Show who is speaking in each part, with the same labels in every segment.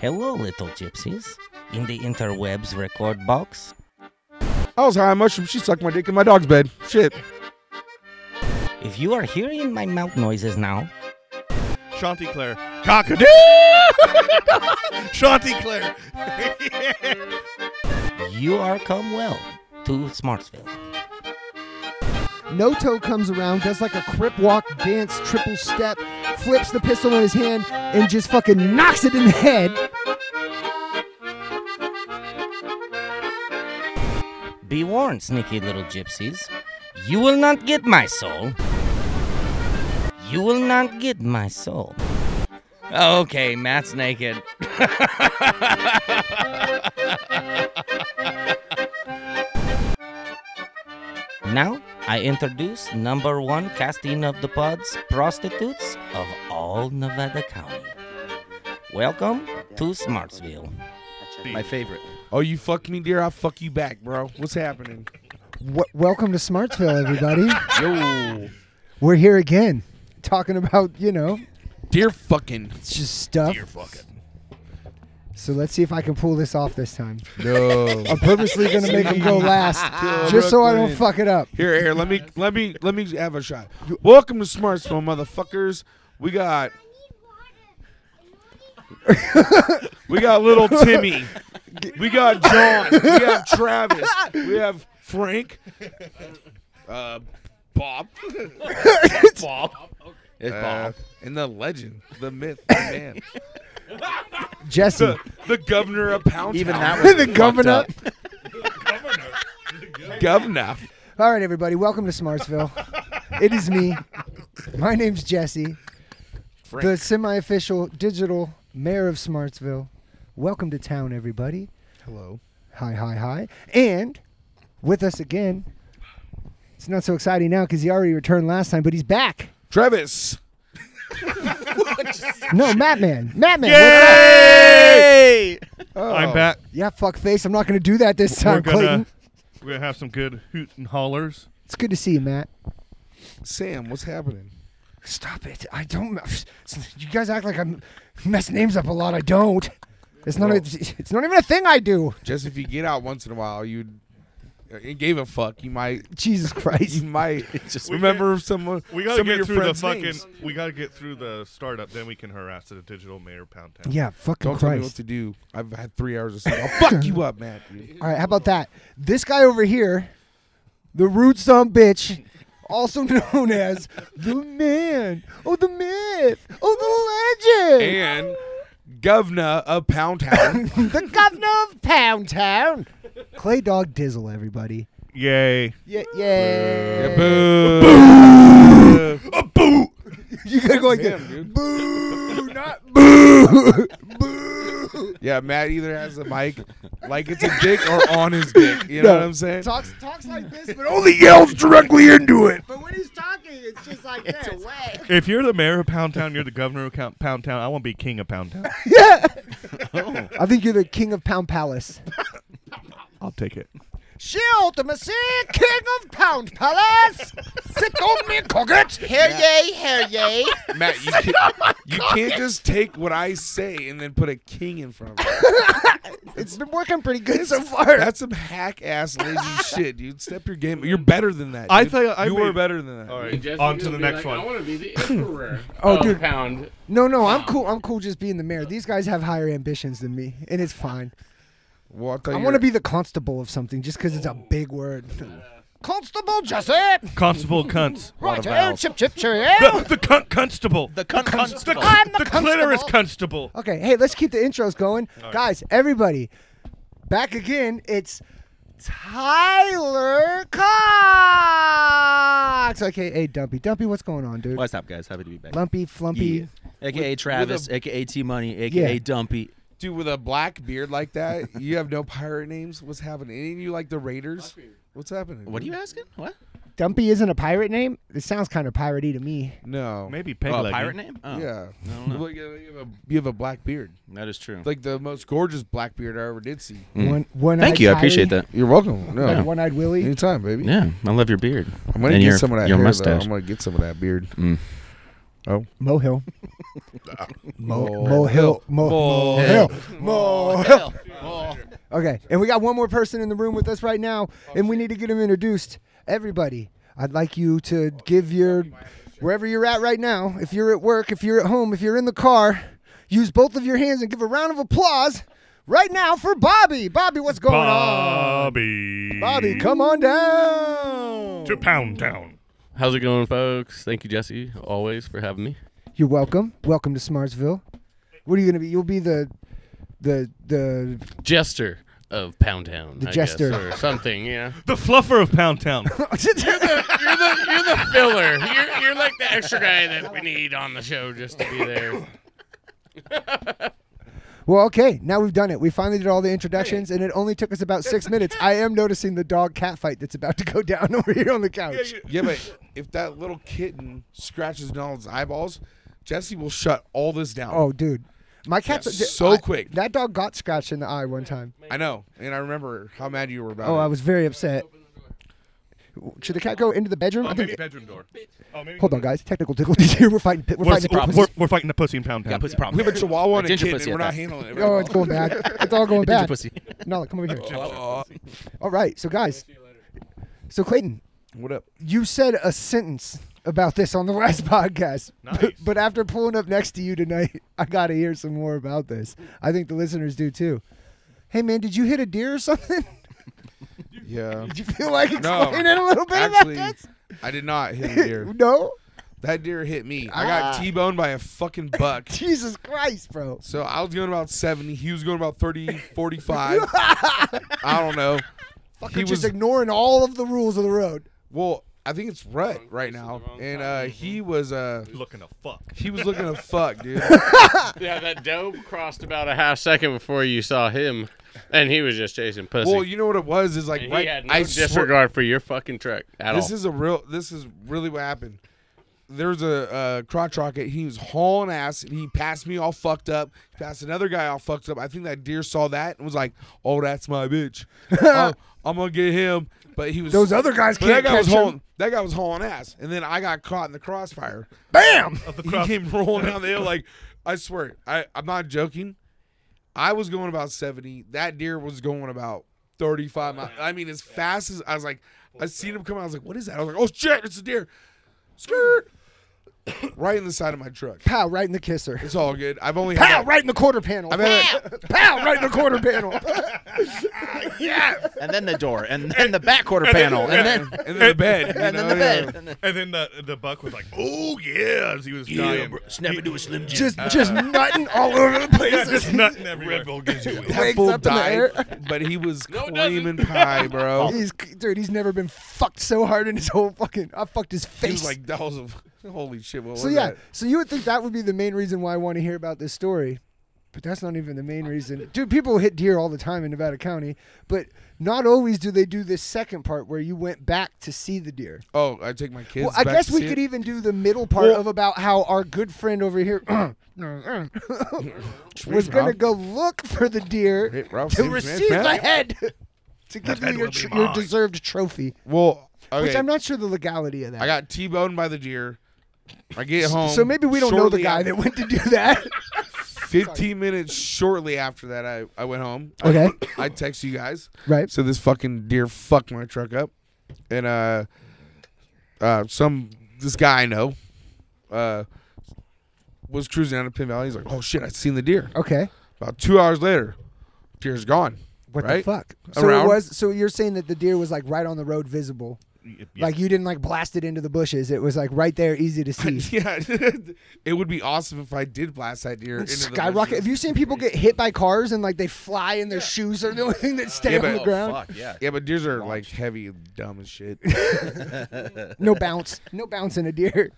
Speaker 1: Hello, little gypsies. In the interwebs record box,
Speaker 2: I was high on mushrooms. She sucked my dick in my dog's bed. Shit.
Speaker 1: if you are hearing my mouth noises now,
Speaker 3: Chanticleer. Cockadoo! Chanticleer.
Speaker 1: you are come well to Smartsville.
Speaker 4: Noto comes around, does like a crip walk, dance, triple step, flips the pistol in his hand, and just fucking knocks it in the head.
Speaker 1: Be warned, sneaky little gypsies. You will not get my soul. You will not get my soul. Okay, Matt's naked. now, I introduce number one casting of the pods, prostitutes of all Nevada County. Welcome to Smartsville.
Speaker 2: My favorite. Oh, you fuck me, dear. I'll fuck you back, bro. What's happening?
Speaker 4: W- welcome to Smartsville, everybody.
Speaker 2: Yo.
Speaker 4: We're here again, talking about you know
Speaker 2: Dear fucking.
Speaker 4: just stuff.
Speaker 3: You're fucking.
Speaker 4: So let's see if I can pull this off this time.
Speaker 2: No.
Speaker 4: I'm purposely gonna make him go last, just so I don't
Speaker 2: Brooklyn.
Speaker 4: fuck it up.
Speaker 2: Here, here. Let me, let me, let me have a shot. Welcome to Smartsville, motherfuckers. We got, we got little Timmy. We got John. We have Travis. We have Frank. Uh, Bob.
Speaker 3: Bob.
Speaker 2: It's Bob. And the legend, the myth, the man,
Speaker 4: Jesse,
Speaker 2: the, the governor of Pound
Speaker 5: Even
Speaker 2: Town.
Speaker 5: that was
Speaker 4: the
Speaker 5: fucked
Speaker 4: governor.
Speaker 5: up.
Speaker 2: governor.
Speaker 4: All right, everybody, welcome to Smartsville. it is me. My name's Jesse,
Speaker 2: Frank.
Speaker 4: the semi-official digital mayor of Smartsville. Welcome to town, everybody.
Speaker 2: Hello.
Speaker 4: Hi, hi, hi. And with us again, it's not so exciting now because he already returned last time, but he's back.
Speaker 2: Travis.
Speaker 4: No, Matman. Matman.
Speaker 3: Hey!
Speaker 2: Oh.
Speaker 3: I'm back.
Speaker 4: Yeah, fuck face. I'm not going to do that this
Speaker 3: We're
Speaker 4: time,
Speaker 3: gonna,
Speaker 4: Clayton.
Speaker 3: we're gonna have some good hoot and hollers.
Speaker 4: It's good to see you, Matt.
Speaker 2: Sam, what's happening?
Speaker 4: Stop it. I don't. You guys act like I mess names up a lot. I don't. It's not. A, it's not even a thing I do.
Speaker 2: Just if you get out once in a while, you uh, it gave a fuck. You might,
Speaker 4: Jesus
Speaker 2: you
Speaker 4: Christ.
Speaker 2: might just
Speaker 3: We
Speaker 2: remember someone.
Speaker 3: We gotta
Speaker 2: some of
Speaker 3: get
Speaker 2: your
Speaker 3: through the
Speaker 2: friends'
Speaker 3: fucking.
Speaker 2: names.
Speaker 3: We gotta get through the startup, then we can harass the digital mayor pound town.
Speaker 4: Yeah, fucking
Speaker 2: Don't tell me what
Speaker 4: Christ.
Speaker 2: to do. I've had three hours of sleep. I'll fuck you up, Matthew.
Speaker 4: All right, how about that? This guy over here, the rude son of a bitch, also known as the man, oh the myth, oh the legend,
Speaker 2: And governor of Pound Town.
Speaker 4: the governor of Pound Town, Clay Dog Dizzle, everybody.
Speaker 3: Yay!
Speaker 4: Yeah, yeah.
Speaker 2: Yeah, boo.
Speaker 3: A boo!
Speaker 4: You gotta go like
Speaker 2: Damn,
Speaker 4: that.
Speaker 2: dude.
Speaker 4: Boo, not boo, boo.
Speaker 2: Yeah, Matt either has a mic like it's a dick or on his dick. You know
Speaker 4: No.
Speaker 2: what I'm saying?
Speaker 4: Talks talks like this, but
Speaker 2: only yells directly into it.
Speaker 4: but when he's talking, it's just like that way.
Speaker 3: If you're the mayor of Pound Town, you're the governor of Count- Pound Town. I want to be king of Pound Town.
Speaker 4: I think you're the king of Pound Palace.
Speaker 3: I'll take it.
Speaker 4: She ultimacy, king of Pound Palace. Sit on me, cocket. Hear ye, hear ye.
Speaker 2: Matt, you can't, you can't just take what I say and then put a king in front of it.
Speaker 4: It's been working pretty good so far.
Speaker 2: That's some hack ass lazy shit, dude. Step your game. You're better than that.
Speaker 3: I
Speaker 2: dude.
Speaker 3: thought I
Speaker 2: you were
Speaker 3: made-
Speaker 2: better than that.
Speaker 3: All
Speaker 6: And
Speaker 3: right,
Speaker 6: Jesse's
Speaker 3: on to
Speaker 6: gonna
Speaker 3: the
Speaker 6: be
Speaker 3: next
Speaker 6: like, I
Speaker 3: one.
Speaker 6: want to be the emperor.
Speaker 4: Oh,
Speaker 6: of
Speaker 4: dude.
Speaker 6: Pound.
Speaker 4: No, no, I'm cool. I'm cool just being the mayor. These guys have higher ambitions than me, and it's fine.
Speaker 2: Well,
Speaker 4: I
Speaker 2: want to
Speaker 4: be the constable of something just because it's a big word. Constable Jesse,
Speaker 3: Constable cunts.
Speaker 5: Lot of
Speaker 4: right?
Speaker 5: vowels.
Speaker 4: Chip, chip, cheerio.
Speaker 3: The, the cunt constable.
Speaker 5: The cunt
Speaker 3: the,
Speaker 5: constable.
Speaker 4: I'm the
Speaker 3: the clitoris
Speaker 4: constable.
Speaker 3: constable.
Speaker 4: Okay, hey, let's keep the intros going. Guys, everybody, back again. It's Tyler Cox, aka Dumpy. Dumpy, what's going on, dude?
Speaker 5: What's up, guys? Happy to be back.
Speaker 4: Lumpy, flumpy.
Speaker 5: Yeah. AKA Travis, AKA T Money,
Speaker 4: Yeah.
Speaker 5: AKA Dumpy.
Speaker 2: dude with a black beard like that. you have no pirate names. What's happening? Any of you like the Raiders? What's happening?
Speaker 5: What are
Speaker 2: dude?
Speaker 5: you asking? What?
Speaker 4: Dumpy isn't a pirate name? It sounds kind of piratey to me.
Speaker 2: No.
Speaker 3: Maybe peg
Speaker 5: Oh, a
Speaker 3: legging.
Speaker 5: pirate name? Oh,
Speaker 2: Yeah.
Speaker 5: I don't know.
Speaker 2: Well, you you have a you have a black beard,
Speaker 5: That is true.
Speaker 2: like the most gorgeous black beard I ever did see.
Speaker 4: One, one
Speaker 5: Mm. Thank you. I appreciate that. Oh.
Speaker 2: You're welcome. No,
Speaker 4: One eyed Willie.
Speaker 2: anytime, baby.
Speaker 5: Yeah, I love your beard.
Speaker 2: I'm gonna
Speaker 5: and
Speaker 2: get
Speaker 5: your,
Speaker 2: some of that
Speaker 5: your
Speaker 2: hair, though.
Speaker 5: mustache.
Speaker 2: I'm gonna get some of that beard. Oh.
Speaker 4: Mo Hill. Mo, Mo Hill.
Speaker 2: Hill.
Speaker 4: Mo, Mo Hill. Mo Hill. Okay, and we got one more person in the room with us right now, and we need to get him introduced. Everybody, I'd like you to give your wherever you're at right now. If you're at work, if you're at home, if you're in the car, use both of your hands and give a round of applause right now for Bobby. Bobby, what's going on?
Speaker 3: Bobby.
Speaker 4: Bobby, come on down.
Speaker 3: to Pound Town.
Speaker 6: How's it going, folks? Thank you, Jesse, always for having me.
Speaker 4: You're welcome. Welcome to Smartsville. What are you gonna be? You'll be the, the the
Speaker 6: Jester of Pound Town,
Speaker 4: The
Speaker 6: I
Speaker 4: jester.
Speaker 6: guess, or something. Yeah,
Speaker 3: The fluffer of Pound Town.
Speaker 6: you're the you're the filler. You're you're like the extra guy that we need on the show just to be there.
Speaker 4: well. Okay, now we've done it. We finally did all the introductions, and it only took us about six minutes. I am noticing the dog cat fight that's about to go down over here on the couch.
Speaker 2: Yeah, but if that little kitten scratches Donald's eyeballs, Jesse will shut all this down.
Speaker 4: Oh, dude, my cat
Speaker 2: That's so quick.
Speaker 4: That dog got scratched in the eye one time.
Speaker 2: I know, and I remember how mad you were about
Speaker 4: Oh,
Speaker 2: it.
Speaker 4: I was very upset. Should the cat go into the bedroom? I think.
Speaker 3: bedroom door. Oh, maybe
Speaker 4: Hold on, guys. Technical difficulties here. We're fighting. We're
Speaker 3: We're,
Speaker 4: fighting
Speaker 3: we're-
Speaker 4: problems.
Speaker 3: we're, we're fighting the pussy in Pound
Speaker 5: Got
Speaker 3: Town.
Speaker 5: pussy
Speaker 2: we
Speaker 5: problem.
Speaker 2: have a chihuahua and a
Speaker 5: Ginger
Speaker 2: kitten.
Speaker 5: pussy
Speaker 2: and We're
Speaker 5: at
Speaker 2: not
Speaker 5: that.
Speaker 2: handling it. very
Speaker 4: Oh,
Speaker 2: well.
Speaker 4: it's going bad. It's all going bad.
Speaker 5: pussy.
Speaker 4: Nala, come over here.
Speaker 2: Oh,
Speaker 4: All right, so guys, so Clayton,
Speaker 2: what up?
Speaker 4: you said a sentence about this on the last podcast,
Speaker 3: Nice.
Speaker 4: but, but after pulling up next to you tonight, I got to hear some more about this. I think the listeners do too. Hey man, did you hit a deer or something?
Speaker 2: Yeah.
Speaker 4: Did you feel like
Speaker 2: No,
Speaker 4: explaining a little bit
Speaker 2: actually,
Speaker 4: about this?
Speaker 2: I did not hit a deer.
Speaker 4: no,
Speaker 2: That deer hit me. I got
Speaker 4: Ah.
Speaker 2: T-boned by a fucking buck.
Speaker 4: Jesus Christ, bro.
Speaker 2: So I was going about 70. He was going about 30, 45. I don't know.
Speaker 4: Fucker
Speaker 2: He
Speaker 4: just
Speaker 2: was-
Speaker 4: ignoring all of the rules of the road.
Speaker 2: Well, I think it's rut right now. And uh, he was uh,
Speaker 3: Looking to fuck.
Speaker 2: he was looking to fuck, dude.
Speaker 6: Yeah, that dope crossed about a half second before you saw him, and he was just chasing pussy.
Speaker 2: Well, you know what it was is like
Speaker 6: And he
Speaker 2: right.
Speaker 6: had no
Speaker 2: I swear-
Speaker 6: disregard for your fucking truck at
Speaker 2: this
Speaker 6: all.
Speaker 2: is a real. This is really what happened. There was a uh, crotch rocket. He was hauling ass, and he passed me all fucked up. He passed another guy all fucked up. I think that deer saw that and was like, "Oh, that's my bitch. Oh, I'm gonna get him." But he was
Speaker 4: Those other guys
Speaker 2: But
Speaker 4: can't
Speaker 2: that guy was
Speaker 4: catch him.
Speaker 2: hauling. That guy was hauling ass, and then I got caught in the crossfire.
Speaker 4: Bam!
Speaker 2: He came rolling down the hill like, I swear, I, I'm not joking. I was going about 70. That deer was going about 35 miles. I mean, as fast as I was like, I seen him come out. I was like, what is that? I was like, oh shit, it's a deer. Skirt. right in the side of my truck.
Speaker 4: Pow! Right in the kisser.
Speaker 2: It's all good. I've only had
Speaker 4: Pow!
Speaker 2: that-
Speaker 4: Right in the quarter panel.
Speaker 2: I've had that-
Speaker 4: Pow! Right in the quarter panel.
Speaker 5: And then the door, and then the back quarter panel, and then
Speaker 2: and then the bed. you
Speaker 5: and
Speaker 2: know,
Speaker 5: then the
Speaker 2: yeah.
Speaker 5: bed. And then-
Speaker 3: And then the, the buck was like, oh, yeah, as he was dying.
Speaker 5: Snap into a slim jim.
Speaker 4: just just nutting all over the place.
Speaker 3: Yeah, just nutting everywhere. Red Bull gives you
Speaker 2: That
Speaker 4: Wakes
Speaker 2: fool
Speaker 4: up in the
Speaker 2: died,
Speaker 4: air.
Speaker 2: but he was
Speaker 6: No, it doesn't.
Speaker 2: claiming pie, bro.
Speaker 4: He's dude. He's never been fucked so hard in his whole fucking. I fucked his
Speaker 2: He
Speaker 4: face.
Speaker 2: was like, that was a, holy shit. What
Speaker 4: so
Speaker 2: was
Speaker 4: yeah.
Speaker 2: that?
Speaker 4: So you would think that would be the main reason why I want to hear about this story, but that's not even the main reason. Dude, people hit deer all the time in Nevada County, but not always do they do this second part where you went back to see the deer.
Speaker 2: Oh, I take my kids.
Speaker 4: Well, I
Speaker 2: back
Speaker 4: guess
Speaker 2: to
Speaker 4: we
Speaker 2: see
Speaker 4: could e-
Speaker 2: it.
Speaker 4: even do the middle part
Speaker 2: Well-
Speaker 4: of about how our good friend over here was gonna
Speaker 2: Rob.
Speaker 4: go look for the deer
Speaker 2: Hey, Rob,
Speaker 4: to
Speaker 2: same as
Speaker 4: receive
Speaker 2: Matt.
Speaker 4: the head to give you your,
Speaker 3: will be
Speaker 4: tr- your
Speaker 3: mine.
Speaker 4: deserved trophy,
Speaker 2: Well, okay.
Speaker 4: which I'm not sure the legality of that.
Speaker 2: I got T-boned by the deer. I get home.
Speaker 4: so maybe we don't know the
Speaker 2: shortly
Speaker 4: guy
Speaker 2: af-
Speaker 4: that went to do that.
Speaker 2: 15 minutes shortly after that, I, I went home.
Speaker 4: Okay.
Speaker 2: I, I text you guys.
Speaker 4: right.
Speaker 2: So this fucking deer fucked my truck up, and uh, uh, some this guy I know, uh, was cruising down to Pin Valley. He's like, "Oh shit, I seen the deer."
Speaker 4: Okay.
Speaker 2: About two hours later, deer's gone.
Speaker 4: What
Speaker 2: right?
Speaker 4: the fuck? So
Speaker 2: Around.
Speaker 4: it was. So you're saying that the deer was like right on the road, visible. Like you didn't like blast it into the bushes. It was like right there, easy to see.
Speaker 2: yeah, it would be awesome if I did blast that deer. Into the
Speaker 4: skyrocket.
Speaker 2: bushes.
Speaker 4: Have you seen people get hit by cars and like they fly and their shoes are the only thing that stay
Speaker 2: Yeah,
Speaker 4: on
Speaker 2: but- oh,
Speaker 4: the ground?
Speaker 5: Fuck yeah.
Speaker 2: Yeah, but deers are like heavy, and dumb as shit.
Speaker 4: No bounce. No bounce in a deer.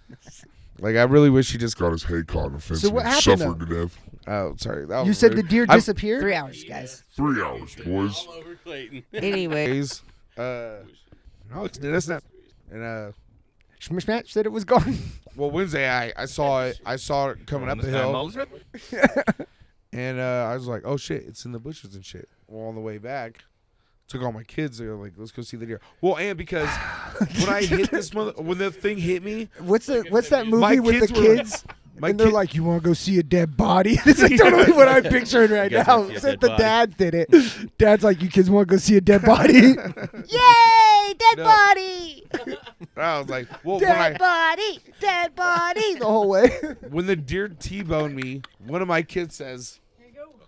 Speaker 2: like I really wish he just.
Speaker 7: got his head caught in a fence
Speaker 4: So
Speaker 7: and
Speaker 4: what
Speaker 7: he
Speaker 4: happened,
Speaker 7: suffered to death.
Speaker 2: Oh, sorry. That
Speaker 4: You
Speaker 2: was
Speaker 4: said the
Speaker 2: rude.
Speaker 4: deer
Speaker 2: I've-
Speaker 4: disappeared.
Speaker 8: Three hours, guys.
Speaker 7: Three hours, boys.
Speaker 6: all over Clayton.
Speaker 8: Anyway,
Speaker 2: days. Uh, no, it's- that's not. And uh,
Speaker 4: Schmishmatch said it was gone.
Speaker 2: well, Wednesday I, I saw it. I saw it coming up the hill, and uh, I was like, oh shit, it's in the bushes and shit. Well, on the way back, Took all my kids. They're like, let's go see the deer. Well, and because when I hit this mother, when the thing hit me,
Speaker 4: What's the What's that movie
Speaker 2: my
Speaker 4: with
Speaker 2: kids
Speaker 4: the
Speaker 2: were-
Speaker 4: kids?
Speaker 2: my
Speaker 4: and they're
Speaker 2: kid-
Speaker 4: like, "You want to go see a dead body?" It's like totally what I'm picturing right
Speaker 5: You guys
Speaker 4: now.
Speaker 5: wanna see a
Speaker 4: Except
Speaker 5: dead
Speaker 4: the
Speaker 5: body.
Speaker 4: dad did it. Dad's like, "You kids want to go see a dead body?" Yay, dead
Speaker 2: No.
Speaker 4: body,
Speaker 2: I was like, well, when I
Speaker 4: dead body, dead body, the whole way.
Speaker 2: when the deer T-boned me, one of my kids says,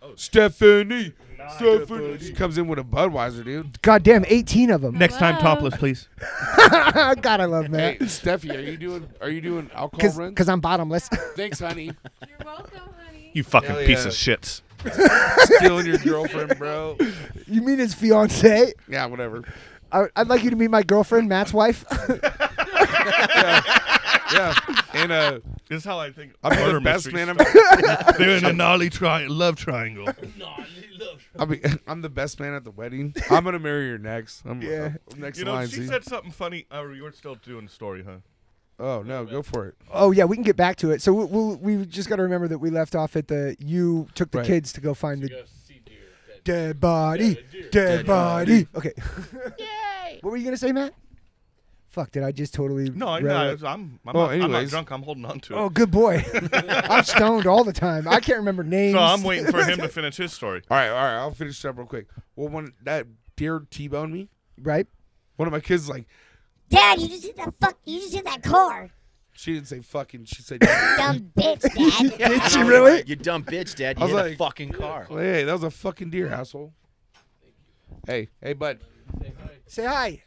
Speaker 2: Oh, Stephanie, Stephanie. She comes in with a Budweiser, dude.
Speaker 4: Goddamn, 18 of them.
Speaker 3: Next time,
Speaker 8: Wow.
Speaker 3: topless, please.
Speaker 4: God, I love
Speaker 2: Hey,
Speaker 4: that.
Speaker 2: Steffi, are you doing are you doing alcohol runs?
Speaker 4: Because I'm bottomless.
Speaker 2: Thanks, honey.
Speaker 8: You're welcome, honey.
Speaker 3: You fucking
Speaker 2: Hell
Speaker 3: piece
Speaker 2: yeah.
Speaker 3: of shits.
Speaker 2: Stealing your girlfriend, bro.
Speaker 4: you mean his fiance?
Speaker 2: Yeah, whatever.
Speaker 4: I, I'd like you to meet my girlfriend, Matt's wife.
Speaker 2: Yeah, and uh,
Speaker 3: This is how I think.
Speaker 2: I'll be
Speaker 3: murder
Speaker 2: the best man.
Speaker 3: mysteries
Speaker 2: I'm,
Speaker 3: start. They're in a gnarly tri- love triangle.
Speaker 2: I'll be, I'm the best man at the wedding. I'm gonna marry her next. I'm, yeah. next
Speaker 3: You
Speaker 2: in
Speaker 3: know,
Speaker 2: line.
Speaker 3: she
Speaker 2: see?
Speaker 3: said something funny. Oh, you were still doing the story, huh?
Speaker 2: oh no, go for it.
Speaker 4: oh yeah, we can get back to it. So we we'll, we just got to remember that we left off at the you took the
Speaker 2: Right.
Speaker 4: kids to go find the dead body, dead, body. Okay. Yay! What were you gonna say, Matt? Fuck! Did I just totally?
Speaker 3: No, I,
Speaker 4: read
Speaker 3: no,
Speaker 4: it?
Speaker 3: I'm, I'm,
Speaker 2: Well,
Speaker 3: not, I'm not
Speaker 2: anyways.
Speaker 3: drunk. I'm holding on to it.
Speaker 4: Oh, good boy. I'm stoned all the time. I can't remember names.
Speaker 3: so I'm waiting for him to finish his story.
Speaker 2: All right, all right. I'll finish up real quick. Well, when that deer T-boned me,
Speaker 4: Right?
Speaker 2: one of my kids is like
Speaker 9: Dad, you just hit that fuck. You just hit that car,
Speaker 2: she didn't say fucking. She said. "Yeah."
Speaker 9: dumb bitch, Dad.
Speaker 5: Did
Speaker 4: she really?
Speaker 5: You dumb bitch, Dad.
Speaker 2: I
Speaker 5: You
Speaker 2: was
Speaker 5: hit a
Speaker 2: like-
Speaker 5: fucking car.
Speaker 2: Well, Oh, hey, that was a fucking deer, asshole. Hey, hey, bud.
Speaker 4: Say hi.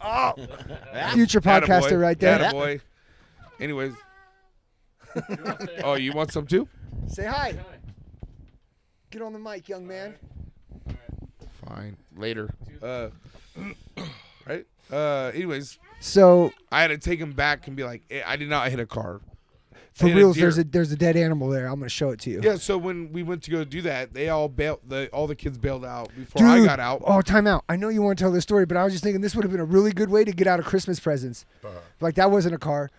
Speaker 5: Ah,
Speaker 4: Future podcaster
Speaker 2: Attaboy.
Speaker 4: right there.
Speaker 2: Attaboy. Anyways. oh, you want some too?
Speaker 4: Say hi. Get on the mic, young man.
Speaker 2: Fine. Later. Uh, right? Uh, anyways,
Speaker 4: So
Speaker 2: I had to take him back and be like, "Eh, I did not hit a car.
Speaker 4: for
Speaker 2: Hit a
Speaker 4: reals, there's
Speaker 2: deer.
Speaker 4: a there's a dead animal there. I'm gonna show it to you.
Speaker 2: Yeah, so when we went to go do that, they all bailed. The all the kids bailed out before
Speaker 4: Dude,
Speaker 2: I got out.
Speaker 4: Oh, time out. I know you want to tell this story, but I was just thinking this would have been a really good way to get out of Christmas presents. Like that wasn't a car.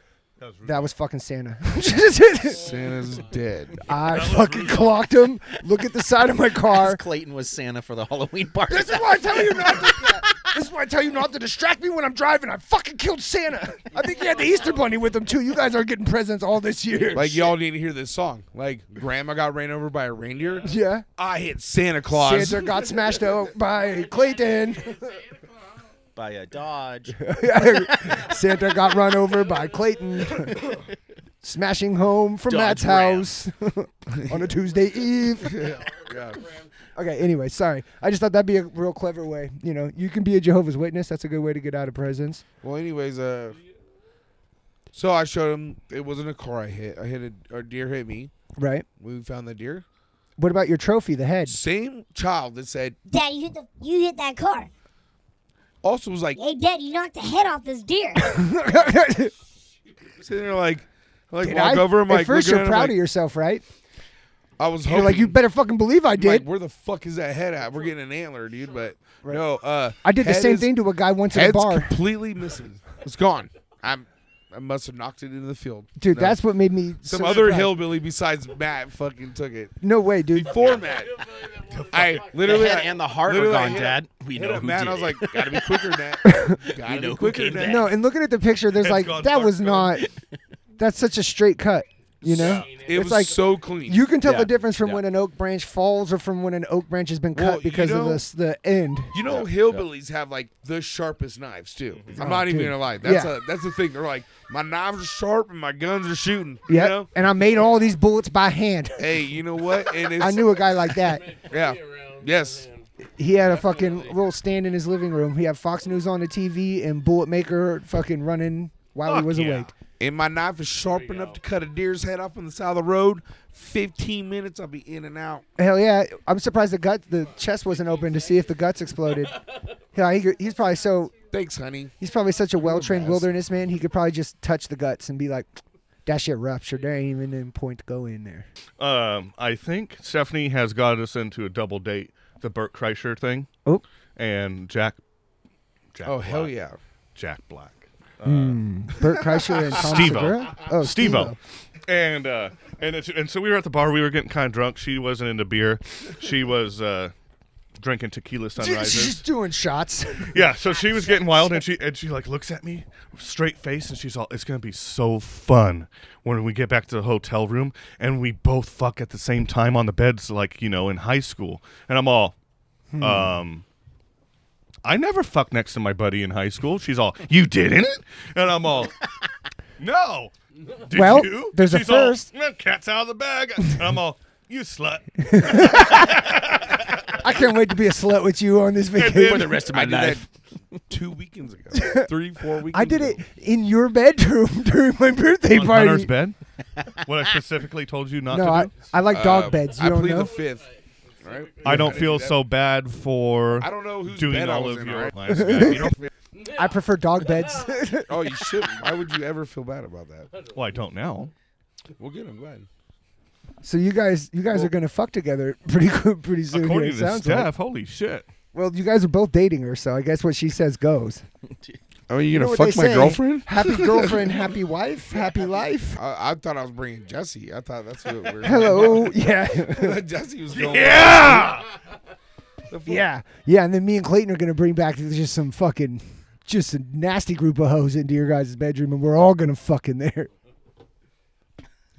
Speaker 4: That was, fucking Santa.
Speaker 2: Santa's dead.
Speaker 4: I fucking clocked him. Look at the side of my car.
Speaker 5: Clayton was Santa for the Halloween party.
Speaker 4: This is why I tell you not to. This is why I tell you not to distract me when I'm driving. I fucking killed Santa. I think he had the Easter Bunny with him too. You guys are getting presents all this year.
Speaker 2: Like y'all need to hear this song. Like Grandma got ran over by a reindeer.
Speaker 4: yeah.
Speaker 2: I hit Santa Claus.
Speaker 4: Santa got smashed out by Clayton.
Speaker 5: By a Dodge.
Speaker 4: Santa got run over by Clayton. Smashing home from Matt's
Speaker 5: Dodge Ram.
Speaker 4: house on a Tuesday Eve.
Speaker 2: Yeah.
Speaker 4: okay, anyway, sorry. I just thought that'd be a real clever way. You know, you can be a Jehovah's Witness. That's a good way to get out of presents.
Speaker 2: Well, anyways, uh, so I showed him it wasn't a car I hit. I hit a, a deer hit me.
Speaker 4: Right?
Speaker 2: We found the deer.
Speaker 4: What about your trophy, the head?
Speaker 2: Same child that said
Speaker 9: Dad, you hit the you hit that car.
Speaker 2: also was like
Speaker 9: Hey, Dad, you knocked the head off this deer.
Speaker 2: sitting there like like
Speaker 4: Did
Speaker 2: walk
Speaker 4: I?
Speaker 2: over. I'm
Speaker 4: At
Speaker 2: like
Speaker 4: first,
Speaker 2: looking
Speaker 4: you're
Speaker 2: at him,
Speaker 4: proud
Speaker 2: like,
Speaker 4: of yourself, right?
Speaker 2: I was hoping
Speaker 4: You're like, you better fucking believe I
Speaker 2: I'm like,
Speaker 4: did.
Speaker 2: where the fuck is that head at? We're getting an antler, dude. But no, uh,
Speaker 4: I did the
Speaker 2: head
Speaker 4: same
Speaker 2: is-
Speaker 4: thing to a guy once at a
Speaker 2: Head's
Speaker 4: bar.
Speaker 2: completely missing. It's gone. I'm. I must have knocked it into the field.
Speaker 4: Dude,
Speaker 2: No.
Speaker 4: that's what made me.
Speaker 2: some
Speaker 4: so
Speaker 2: other
Speaker 4: surprised.
Speaker 2: hillbilly besides Matt fucking took it.
Speaker 4: No way, dude.
Speaker 2: Before Matt, I
Speaker 5: the
Speaker 2: literally
Speaker 5: head
Speaker 2: I-
Speaker 5: and the heart are
Speaker 2: literally I
Speaker 5: gone,
Speaker 2: hit-
Speaker 5: Dad. We
Speaker 2: hit
Speaker 5: know
Speaker 2: up
Speaker 5: who
Speaker 2: Matt,
Speaker 5: did
Speaker 2: and I was
Speaker 5: it.
Speaker 2: like, gotta be quicker than that. Gotta
Speaker 5: know
Speaker 2: be
Speaker 5: who
Speaker 2: quicker
Speaker 5: came
Speaker 2: than that.
Speaker 5: back.
Speaker 4: No, and looking at the picture, there's
Speaker 3: Head's
Speaker 4: like
Speaker 3: gone,
Speaker 4: that
Speaker 3: heart's
Speaker 4: was
Speaker 3: gone.
Speaker 4: not. That's such a straight cut, you know.
Speaker 2: It
Speaker 4: it's
Speaker 2: was
Speaker 4: like
Speaker 2: so clean.
Speaker 4: you can tell
Speaker 5: Yeah,
Speaker 4: the difference from
Speaker 5: yeah.
Speaker 4: when an oak branch falls or from when an oak branch has been cut
Speaker 2: Well, you
Speaker 4: because of
Speaker 2: know-
Speaker 4: this the end.
Speaker 2: You know, hillbillies have like the sharpest knives too. I'm not even
Speaker 4: dude.
Speaker 2: gonna lie. That's
Speaker 4: Yeah.
Speaker 2: a that's the thing. They're like, my knives are sharp and my guns are shooting.
Speaker 4: Yeah,
Speaker 2: You know?
Speaker 4: and I made all these bullets by hand.
Speaker 2: Hey, you know what? And it's
Speaker 4: I knew a guy like that.
Speaker 2: Yeah. Yes.
Speaker 4: He had a fucking little stand in his living room. He had Fox News on the TV and Bullet Maker fucking running while he
Speaker 3: Fuck
Speaker 4: was
Speaker 3: yeah.
Speaker 4: awake.
Speaker 2: And my knife is sharp enough to cut a deer's head off on the side of the road. Fifteen minutes, I'll be in and out.
Speaker 4: Hell yeah! I'm surprised the gut, the chest wasn't open to see if the guts exploded. Yeah, he, he's probably so
Speaker 2: Thanks, honey.
Speaker 4: He's probably such a well trained wilderness man. He could probably just touch the guts and be like, "That shit ruptured. There ain't even any point to go in there."
Speaker 3: Um, I think Stephanie has got us into a double date, the Burt Kreischer thing,
Speaker 4: Oh,
Speaker 3: and Jack. Jack
Speaker 2: Oh hell
Speaker 3: Black-
Speaker 2: yeah.
Speaker 3: Jack Black.
Speaker 4: Bert Kreischer and Tom
Speaker 3: Steve-O.
Speaker 4: Segura. Oh,
Speaker 3: Stevo. And uh, and it's, and so we were at the bar. We were getting kind of drunk. She wasn't into beer. She was uh, drinking tequila
Speaker 4: She's
Speaker 3: sunrises.
Speaker 4: doing shots.
Speaker 3: yeah, so she was getting wild, and she and she like looks at me straight face, and she's all, "It's gonna be so fun when we get back to the hotel room, and we both fuck at the same time on the beds, like you know in high school." And I'm all, um. I never fucked next to my buddy in high school. She's all, "You didn't," and I'm all, "No." Did
Speaker 4: Well,
Speaker 3: you?
Speaker 4: there's a
Speaker 3: She's all,
Speaker 4: first.
Speaker 3: "Eh, cat's out of the bag. And I'm all, "You slut."
Speaker 4: I can't wait to be a slut with you on this
Speaker 3: then-
Speaker 4: vacation.
Speaker 5: the rest of my
Speaker 2: I did
Speaker 5: life.
Speaker 2: that two weekends ago, three, four weekends.
Speaker 4: I did it
Speaker 2: ago.
Speaker 4: in your bedroom during my birthday
Speaker 3: on
Speaker 4: party.
Speaker 3: Hunter's bed? what I specifically told you not
Speaker 4: No,
Speaker 3: to
Speaker 4: I,
Speaker 3: do?
Speaker 4: I like dog
Speaker 2: Uh,
Speaker 4: beds. You
Speaker 2: I
Speaker 4: don't
Speaker 2: plead
Speaker 4: know.
Speaker 2: the fifth. Right?
Speaker 3: I don't
Speaker 2: did
Speaker 3: feel
Speaker 2: that.
Speaker 3: so bad for
Speaker 2: I don't know whose
Speaker 3: doing
Speaker 2: bed I
Speaker 3: all
Speaker 2: was
Speaker 3: of
Speaker 2: in,
Speaker 3: your
Speaker 2: alright?
Speaker 3: lives, guys.
Speaker 2: You don't feel-
Speaker 4: I prefer dog beds.
Speaker 2: oh, you shouldn't. Why would you ever feel bad about that?
Speaker 3: Well, I don't now.
Speaker 2: Well, good. I'm glad.
Speaker 4: so you guys, you guys are gonna fuck together pretty good, pretty soon. here,
Speaker 3: According to
Speaker 4: it sounds like.
Speaker 3: Steph, holy shit.
Speaker 4: Well, you guys are both dating her, so I guess what she says goes.
Speaker 2: Oh, you
Speaker 4: You know
Speaker 2: gonna
Speaker 4: what
Speaker 2: fuck
Speaker 4: they
Speaker 2: my
Speaker 4: say,
Speaker 2: girlfriend?
Speaker 4: Happy girlfriend, happy wife, happy life.
Speaker 2: I, I thought I was bringing Jesse. I thought that's what we're.
Speaker 4: Hello. Yeah.
Speaker 2: Jesse was going.
Speaker 3: Yeah!
Speaker 2: The fuck?
Speaker 4: yeah. Yeah. And then me and Clayton are gonna bring back just some fucking, just a nasty group of hoes into your guys' bedroom, and we're all gonna fuck in there.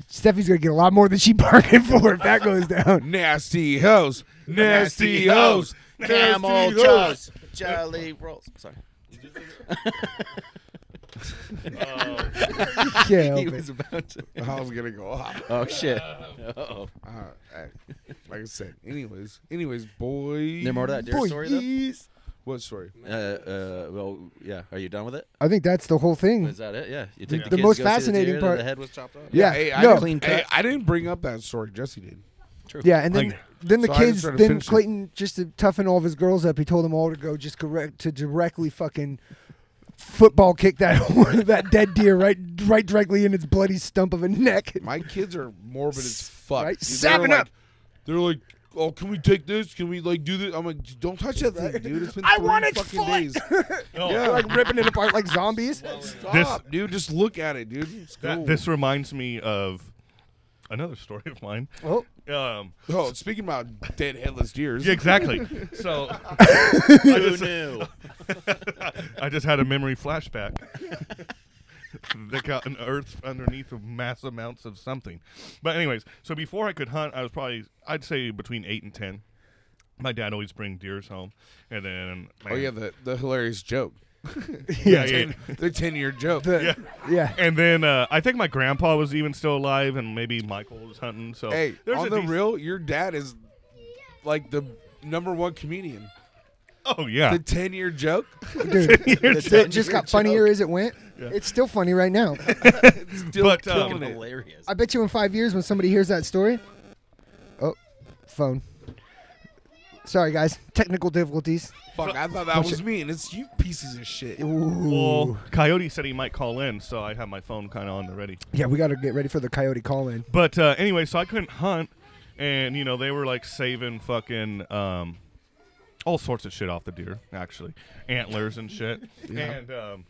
Speaker 4: Steffi's gonna get a lot more than she bargained for if that goes down.
Speaker 2: Nasty hoes. Nasty hoes.
Speaker 5: Camel
Speaker 2: Nasty hoes.
Speaker 5: toes. Jolly rolls. Sorry.
Speaker 4: Yeah.
Speaker 5: He
Speaker 4: okay.
Speaker 5: was about to.
Speaker 2: I was gonna go off.
Speaker 5: Oh, shit. Uh-oh.
Speaker 2: Uh, I- like I said. Anyways, anyways, boy.
Speaker 5: Any more to that deer
Speaker 4: Boy,
Speaker 5: story, though?
Speaker 4: yes.
Speaker 2: What story?
Speaker 5: Uh, uh, well, yeah. Are you done with it?
Speaker 4: I think that's the whole thing.
Speaker 5: Is that it? Yeah. You took
Speaker 4: The
Speaker 5: the, kids to
Speaker 4: most
Speaker 5: go see the
Speaker 4: fascinating
Speaker 5: deer and
Speaker 4: part-
Speaker 5: The head was chopped off.
Speaker 4: Yeah,
Speaker 2: Hey, I,
Speaker 4: no,
Speaker 2: didn't,
Speaker 5: Clean
Speaker 2: hey,
Speaker 5: cut.
Speaker 2: I didn't bring up that story. Jesse did.
Speaker 4: yeah, and then
Speaker 3: Like-
Speaker 4: then the
Speaker 2: So I just
Speaker 4: kids,
Speaker 2: started
Speaker 4: then
Speaker 2: finishing.
Speaker 4: Clayton, just to toughen all of his girls up, he told them all to go just correct to directly fucking football kick that that dead deer right right directly in its bloody stump of a neck.
Speaker 2: My kids are morbid as fuck.
Speaker 4: Right?
Speaker 2: They're
Speaker 4: Seven
Speaker 2: like-
Speaker 4: up.
Speaker 2: They're like, oh, can we take this? Can we like do this? I'm like, don't touch that thing, dude. It's been
Speaker 4: I
Speaker 2: three
Speaker 4: want its
Speaker 2: fucking
Speaker 4: foot.
Speaker 2: days.
Speaker 4: They're like ripping it apart like zombies.
Speaker 2: Stop, dude. Just look at it, dude. It's
Speaker 3: That-
Speaker 2: cool.
Speaker 3: this reminds me of another story of mine.
Speaker 4: Oh,
Speaker 3: Um,
Speaker 2: oh, speaking about dead headless deers.
Speaker 3: yeah, exactly. So I
Speaker 6: Oh,
Speaker 3: just,
Speaker 5: No.
Speaker 3: I just had a memory flashback. they got an earth underneath of mass amounts of something. But anyways, so before I could hunt, I was probably I'd say between eight and ten. My dad always bring deers home, and then
Speaker 2: Oh yeah, the, the hilarious joke.
Speaker 3: yeah, yeah,
Speaker 2: The ten year joke.
Speaker 3: yeah.
Speaker 4: yeah.
Speaker 3: And then uh, I think my grandpa was even still alive, and maybe Michael was hunting. So
Speaker 2: Hey,
Speaker 3: there's
Speaker 2: on
Speaker 3: a
Speaker 2: the
Speaker 3: dec-
Speaker 2: real, your dad is like the number one comedian.
Speaker 3: oh yeah,
Speaker 2: The ten year joke.
Speaker 4: Dude, it just got
Speaker 5: Joke.
Speaker 4: funnier as it went. It's still funny right now.
Speaker 2: Still
Speaker 3: But, um,
Speaker 2: killing it.
Speaker 5: Hilarious.
Speaker 4: I bet you in five years when somebody hears that story. Oh, phone. Sorry guys, technical difficulties.
Speaker 2: Fuck, I thought that was me, and it's you pieces of shit.
Speaker 3: well, Coyote said he might call in, so I have my phone kind of on the ready.
Speaker 4: Yeah, we got to get ready for the coyote call in.
Speaker 3: But uh, anyway, so I couldn't hunt, and you know they were like saving fucking um, all sorts of shit off the deer, actually antlers and shit, and um,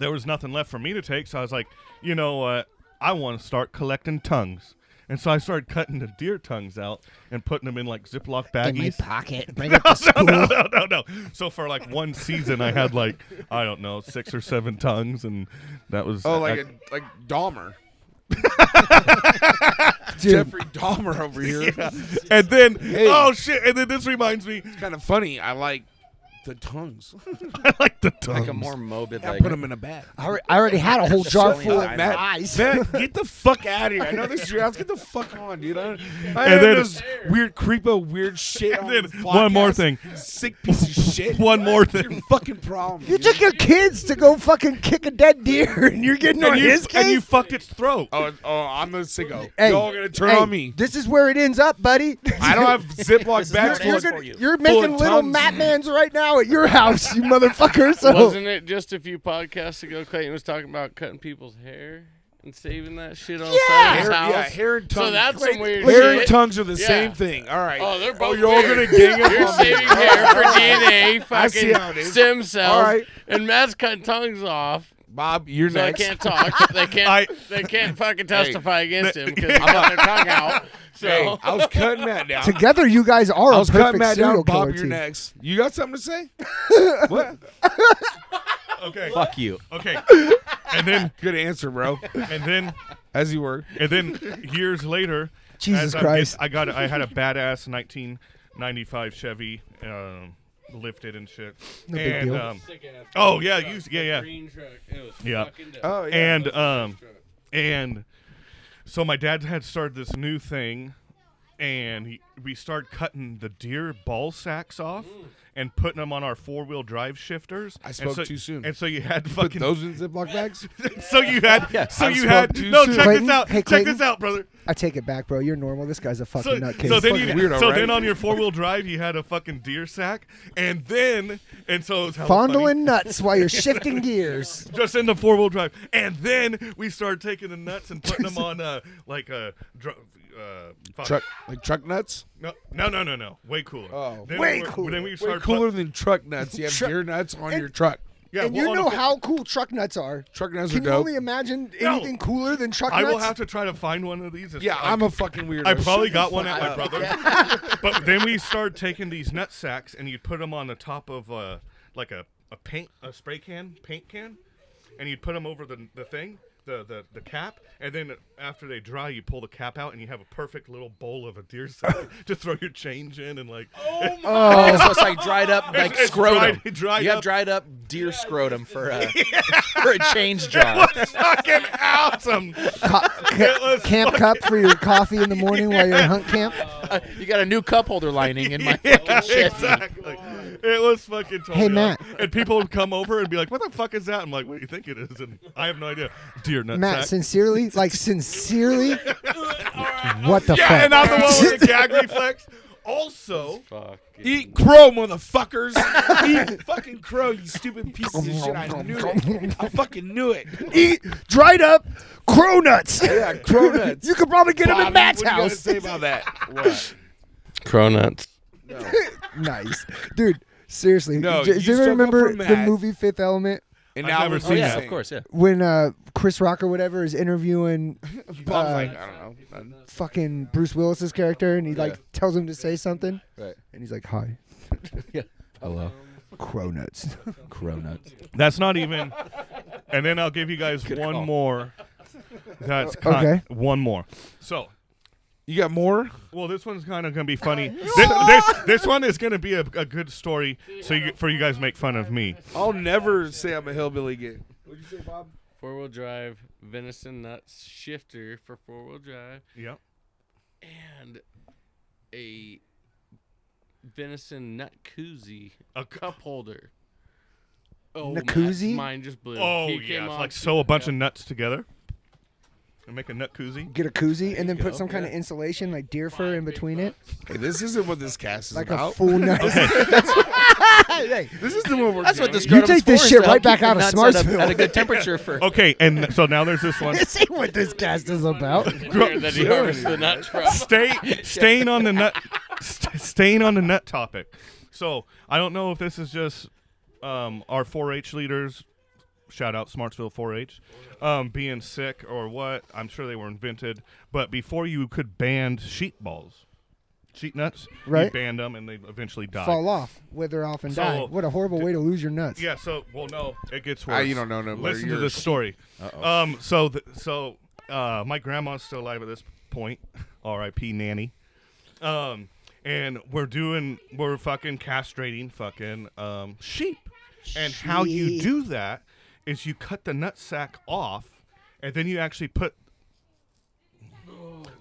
Speaker 3: there was nothing left for me to take. So I was like, you know what, I want to start collecting tongues. And so I started cutting the deer tongues out and putting them in like Ziploc baggies.
Speaker 4: pocket. Bring it to school.
Speaker 3: no, no, no, no. So for like one season, I had like I don't know six or seven tongues, and that was
Speaker 2: Oh, like
Speaker 3: I-
Speaker 2: a, like Dahmer,
Speaker 4: Dude,
Speaker 2: Jeffrey Dahmer over here.
Speaker 3: and then
Speaker 2: Hey.
Speaker 3: oh shit, and then this reminds me,
Speaker 2: Kind of funny. I like the tongues.
Speaker 3: I like the
Speaker 4: Uh,
Speaker 3: tongues.
Speaker 4: Um,
Speaker 5: Like a more morbid,
Speaker 2: I
Speaker 5: like,
Speaker 2: put them in a bag.
Speaker 4: I alre- I already had a whole jar
Speaker 5: Showing
Speaker 4: full of
Speaker 5: eyes.
Speaker 2: Matt,
Speaker 4: eyes.
Speaker 2: Matt, get the fuck out of here! I know this is your house. Get the fuck on, dude. I, I
Speaker 3: And
Speaker 2: and
Speaker 3: then-
Speaker 2: then this weird creepo, weird shit. On
Speaker 3: then
Speaker 2: this
Speaker 3: one more
Speaker 2: podcast.
Speaker 3: thing.
Speaker 2: Sick piece of shit.
Speaker 3: One more
Speaker 2: What's Your
Speaker 3: thing.
Speaker 2: fucking problem.
Speaker 4: you
Speaker 2: dude?
Speaker 4: took your kids to go fucking kick a dead deer, and you're getting on
Speaker 3: and, you,
Speaker 4: his case.
Speaker 3: and you fucked its throat.
Speaker 2: Oh, it's- oh, I'm the sicko.
Speaker 4: Hey,
Speaker 2: Y'all gonna turn
Speaker 4: hey,
Speaker 2: on me?
Speaker 4: This is where it ends up, buddy.
Speaker 2: I don't have Ziploc
Speaker 5: is
Speaker 2: bags
Speaker 5: not
Speaker 2: full of
Speaker 4: You're,
Speaker 5: answer
Speaker 4: gonna-
Speaker 5: for you.
Speaker 4: you're
Speaker 2: Full
Speaker 4: making
Speaker 2: of
Speaker 4: little
Speaker 2: tongues.
Speaker 4: Matmans right now at your house, you motherfucker. So
Speaker 6: Wasn't it just a few podcasts ago Clayton was talking about cutting people's hair and saving that shit on side of
Speaker 2: hair,
Speaker 6: his house?
Speaker 2: yeah, hair and
Speaker 6: So
Speaker 2: tongues.
Speaker 6: that's some weird
Speaker 2: hair and
Speaker 6: shit.
Speaker 2: tongues are the
Speaker 6: Yeah.
Speaker 2: same thing. All right.
Speaker 6: Oh, they're both
Speaker 2: you're all
Speaker 6: weird.
Speaker 2: gonna gang up
Speaker 6: You're
Speaker 2: on me.
Speaker 6: saving hair for DNA,
Speaker 2: I see how it
Speaker 6: fucking
Speaker 2: is.
Speaker 6: stem cells,
Speaker 2: All right.
Speaker 6: and Matt's cutting tongues off,
Speaker 2: Bob, you're
Speaker 6: so
Speaker 2: next.
Speaker 6: they can't talk. They can't.
Speaker 3: I-
Speaker 6: they can't fucking testify against him because he
Speaker 2: I'm
Speaker 6: cut their tongue out. So
Speaker 2: Hey, I was cutting Matt down.
Speaker 4: Together, you guys are
Speaker 2: I
Speaker 4: a
Speaker 2: was cutting
Speaker 4: perfect
Speaker 2: Matt
Speaker 4: serial
Speaker 2: down.
Speaker 4: killer
Speaker 2: Bob, you're
Speaker 4: team.
Speaker 2: next. You got something to say? what?
Speaker 3: Okay.
Speaker 5: Fuck you.
Speaker 3: Okay. And then
Speaker 2: Good answer, bro.
Speaker 3: and then
Speaker 2: As you were.
Speaker 3: and then years later,
Speaker 4: Jesus
Speaker 3: as I'm
Speaker 4: Christ.
Speaker 3: getting- I got I had a badass 1995 Chevy um, lifted and shit.
Speaker 4: No big
Speaker 3: and,
Speaker 4: deal.
Speaker 3: Um, oh yeah, you yeah yeah.
Speaker 6: Green truck. It was
Speaker 3: Yeah.
Speaker 6: fucking dope.
Speaker 2: Oh yeah.
Speaker 3: and um and so my dad had started this new thing and he, we started cutting the deer ball sacks off and putting them on our four-wheel drive shifters
Speaker 2: Mm. I
Speaker 3: And
Speaker 2: spoke
Speaker 3: so-
Speaker 2: too soon.
Speaker 3: and so you had
Speaker 2: Put
Speaker 3: fucking
Speaker 2: those in Ziploc bags.
Speaker 3: so you had so
Speaker 2: I
Speaker 3: you
Speaker 2: spoke
Speaker 3: had
Speaker 2: too
Speaker 3: no
Speaker 2: soon.
Speaker 3: check
Speaker 4: Clayton?
Speaker 3: this out
Speaker 4: Hey,
Speaker 3: check
Speaker 4: Clayton?
Speaker 3: this out brother
Speaker 4: I take it back, bro. You're normal. This guy's a fucking
Speaker 3: so,
Speaker 4: nutcase.
Speaker 3: so then you
Speaker 2: Fucking weirdo,
Speaker 3: so
Speaker 2: right?
Speaker 3: then on your four-wheel drive you had a fucking deer sack and then and so it was hella funny.
Speaker 4: fondling nuts while you're shifting gears.
Speaker 3: just in the four wheel drive. And then we started taking the nuts and putting them on uh, like a dr- uh, fuck.
Speaker 2: truck like truck nuts.
Speaker 3: No, no, no, no, no. Way cooler.
Speaker 2: Oh.
Speaker 3: Then
Speaker 4: Way
Speaker 3: we were-
Speaker 4: cooler.
Speaker 3: Then we
Speaker 2: Way
Speaker 3: started
Speaker 2: cooler than truck nuts. You have
Speaker 4: Truck-
Speaker 2: deer nuts on
Speaker 4: and-
Speaker 2: your truck.
Speaker 3: Yeah,
Speaker 4: and
Speaker 3: well,
Speaker 4: you
Speaker 3: on a
Speaker 4: know
Speaker 3: fi-
Speaker 4: how cool truck nuts are.
Speaker 2: Truck nuts
Speaker 4: Can
Speaker 2: are
Speaker 4: you
Speaker 2: dope.
Speaker 4: only imagine
Speaker 3: No.
Speaker 4: anything cooler than truck
Speaker 3: I
Speaker 4: nuts?
Speaker 3: will have to try to find one of these. It's
Speaker 2: yeah,
Speaker 3: like-
Speaker 2: I'm a fucking weirdo.
Speaker 3: I probably
Speaker 2: Shut
Speaker 3: got
Speaker 2: the
Speaker 3: one
Speaker 2: fuck
Speaker 3: at my
Speaker 2: up.
Speaker 3: brother's. but then we started taking these nut sacks and you'd put them on the top of uh, like a, a paint a spray can paint can, and you'd put them over the the thing. The, the, the cap and then after they dry you pull the cap out and you have a perfect little bowl of a deer sack to throw your change in and like
Speaker 5: Oh, so it's like dried up, like
Speaker 3: it's
Speaker 5: scrotum.
Speaker 3: dried- dried
Speaker 5: you have
Speaker 3: up.
Speaker 5: dried up deer scrotum for a for a change jar.
Speaker 3: it was fucking awesome
Speaker 4: Co- ca-
Speaker 3: It was
Speaker 4: camp cup for your coffee in the morning while you're in hunt camp.
Speaker 5: Uh, you got a new cup holder lining in my
Speaker 3: Yeah,
Speaker 5: fucking Chevy.
Speaker 3: exactly. It was fucking totally.
Speaker 4: Hey, Matt.
Speaker 3: awesome. And people would come over and be like, "What the fuck is that?" I'm like, "What do you think it is?" And I have no idea. Deer nut
Speaker 4: Matt,
Speaker 3: sack.
Speaker 4: sincerely, like sincerely, what the
Speaker 3: Yeah,
Speaker 4: fuck?
Speaker 3: and I'm the one with the gag reflex. Also,
Speaker 2: Eat crow, motherfuckers. Eat fucking crow, you stupid piece of shit. I knew it. I fucking knew it.
Speaker 4: Eat dried up crow nuts.
Speaker 2: Yeah, crow nuts.
Speaker 4: you could probably get them
Speaker 2: Bobby,
Speaker 4: at Matt's
Speaker 2: what
Speaker 4: house.
Speaker 2: What you gotta say about that? What?
Speaker 6: Cronuts.
Speaker 4: nice, dude. Seriously,
Speaker 2: No,
Speaker 4: do
Speaker 2: you
Speaker 4: you
Speaker 2: still go
Speaker 4: remember
Speaker 2: for
Speaker 4: the
Speaker 2: Matt.
Speaker 4: movie Fifth Element?
Speaker 2: And
Speaker 3: I've
Speaker 2: now
Speaker 3: never
Speaker 2: we're
Speaker 3: seen
Speaker 5: Oh
Speaker 2: saying-
Speaker 5: yeah, of course, yeah.
Speaker 4: when uh Chris Rock or whatever is interviewing
Speaker 2: Bob's
Speaker 4: uh,
Speaker 2: like, I don't know. None.
Speaker 4: fucking Bruce Willis's character and he like
Speaker 5: Yeah.
Speaker 4: tells him to say something
Speaker 5: Right.
Speaker 4: and he's like, "Hi,
Speaker 5: Hello.
Speaker 4: crow nuts."
Speaker 5: Cronuts.
Speaker 3: that's not even. And then I'll give you guys one
Speaker 5: call.
Speaker 3: more. That's
Speaker 4: Uh, Okay.
Speaker 3: okay. One more. So
Speaker 2: You got more?
Speaker 3: Well, this one's kind of gonna be funny. this, this, this one is gonna be a, a good story, so you, for you guys make fun of me.
Speaker 2: I'll never say I'm a hillbilly again.
Speaker 6: Four wheel drive, venison nuts, shifter for four wheel drive,
Speaker 3: Yep.
Speaker 6: and a venison nut koozie,
Speaker 3: A
Speaker 6: cup holder. Oh,
Speaker 4: Nut
Speaker 6: Matt's
Speaker 4: koozie?
Speaker 6: Mine just blew.
Speaker 3: Oh
Speaker 6: He
Speaker 3: yeah,
Speaker 6: came
Speaker 3: it's
Speaker 6: off-
Speaker 3: like sew a bunch of nuts together and make a nut koozie.
Speaker 4: Get a koozie and then put some kind of insulation like deer fur in between it,
Speaker 2: Hey, this isn't what this cast is
Speaker 4: like a
Speaker 2: about.
Speaker 4: full nut. Hey,
Speaker 2: this is the one we're
Speaker 5: That's
Speaker 2: doing.
Speaker 5: what this.
Speaker 4: You take this shit right back out of
Speaker 5: At a,
Speaker 4: Smartsville.
Speaker 5: at a good temperature for. Oh,
Speaker 3: Okay, and so now there's this one.
Speaker 4: this ain't what this cast is about.
Speaker 6: Where that he harvests the nut from.
Speaker 3: Stay, staying on the nut, st- staying on the nut topic. So I don't know if this is just um, our 4-H leaders. Shout out Smartsville 4-H, um, being sick or what? I'm sure they were invented, but before you could ban sheep balls, sheep nuts,
Speaker 4: Right.
Speaker 3: You banned them and they eventually died.
Speaker 4: Fall off, wither off, and
Speaker 3: So,
Speaker 4: die. What a horrible way to lose your nuts.
Speaker 3: Yeah. So, well, no, it gets worse.
Speaker 2: Ah, you don't know no better.
Speaker 3: Listen to
Speaker 2: You're-
Speaker 3: this story. Um. So, th- so, uh, my grandma's still alive at this point. R.I.P. Nanny. Um. And we're doing, we're fucking castrating fucking um sheep. And how you
Speaker 4: Sheep.
Speaker 3: do that is you cut the nut sack off, and then you actually put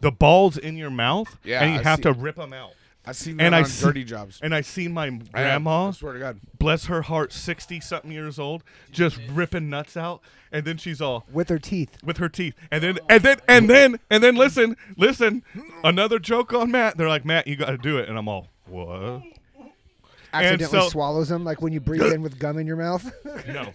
Speaker 3: the balls in your mouth,
Speaker 2: Yeah,
Speaker 3: and you
Speaker 2: I
Speaker 3: have
Speaker 2: see.
Speaker 3: to rip them out.
Speaker 2: I've seen that
Speaker 3: And I
Speaker 2: on
Speaker 3: see-
Speaker 2: Dirty Jobs.
Speaker 3: And I seen my
Speaker 2: I have,
Speaker 3: grandma
Speaker 2: I swear to God.
Speaker 3: bless her heart, 60 something years old, just ripping nuts out. And then she's all
Speaker 4: With her teeth.
Speaker 3: with her teeth. And then, and then, and then, and then, listen, listen, another joke on Matt. They're like, Matt, you got to do it. And I'm all, what?
Speaker 4: Accidentally
Speaker 3: so-
Speaker 4: swallows them like when you breathe in with gum in your mouth.
Speaker 3: No.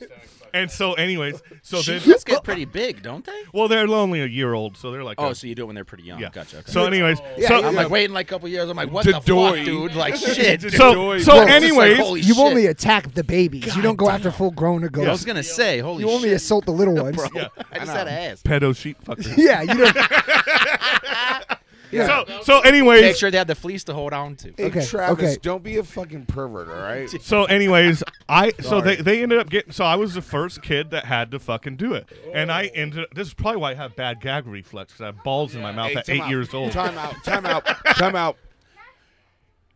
Speaker 3: And so, anyways, so then,
Speaker 5: Sheets get pretty big, don't they?
Speaker 3: well, they're only a year old. So they're like,
Speaker 5: Oh,
Speaker 3: a-
Speaker 5: so you do it when they're pretty young.
Speaker 3: yeah.
Speaker 5: Gotcha. Okay.
Speaker 3: So, anyways,
Speaker 4: Yeah,
Speaker 3: so,
Speaker 5: I'm like waiting like a couple years. I'm like, what
Speaker 2: To
Speaker 5: the
Speaker 2: doy.
Speaker 5: fuck, dude? Like shit. dude.
Speaker 3: so, so,
Speaker 5: It's just like,
Speaker 3: anyways,
Speaker 5: holy
Speaker 4: you
Speaker 5: shit.
Speaker 4: only attack the babies. you don't go after full grown
Speaker 5: I
Speaker 4: adults.
Speaker 5: was gonna say, holy
Speaker 4: you only
Speaker 5: shit,
Speaker 4: assault the little ones.
Speaker 5: bro. I just had to ask.
Speaker 3: pedo sheep fuckers.
Speaker 4: Yeah, you don't. Yeah.
Speaker 3: So so anyways,
Speaker 5: Make sure they have the fleece to hold on to.
Speaker 2: Hey,
Speaker 4: Okay,
Speaker 2: Travis,
Speaker 4: okay.
Speaker 2: don't be a fucking pervert, all right?
Speaker 3: So, anyways, I so
Speaker 2: Sorry.
Speaker 3: they, they ended up getting so I was the first kid that had to fucking do it, and I ended. This is probably why I have bad gag reflex. 'cause I have balls in my mouth
Speaker 2: Hey,
Speaker 3: at
Speaker 2: time
Speaker 3: eight
Speaker 2: out.
Speaker 3: years old.
Speaker 2: Time out. Time out. Time out.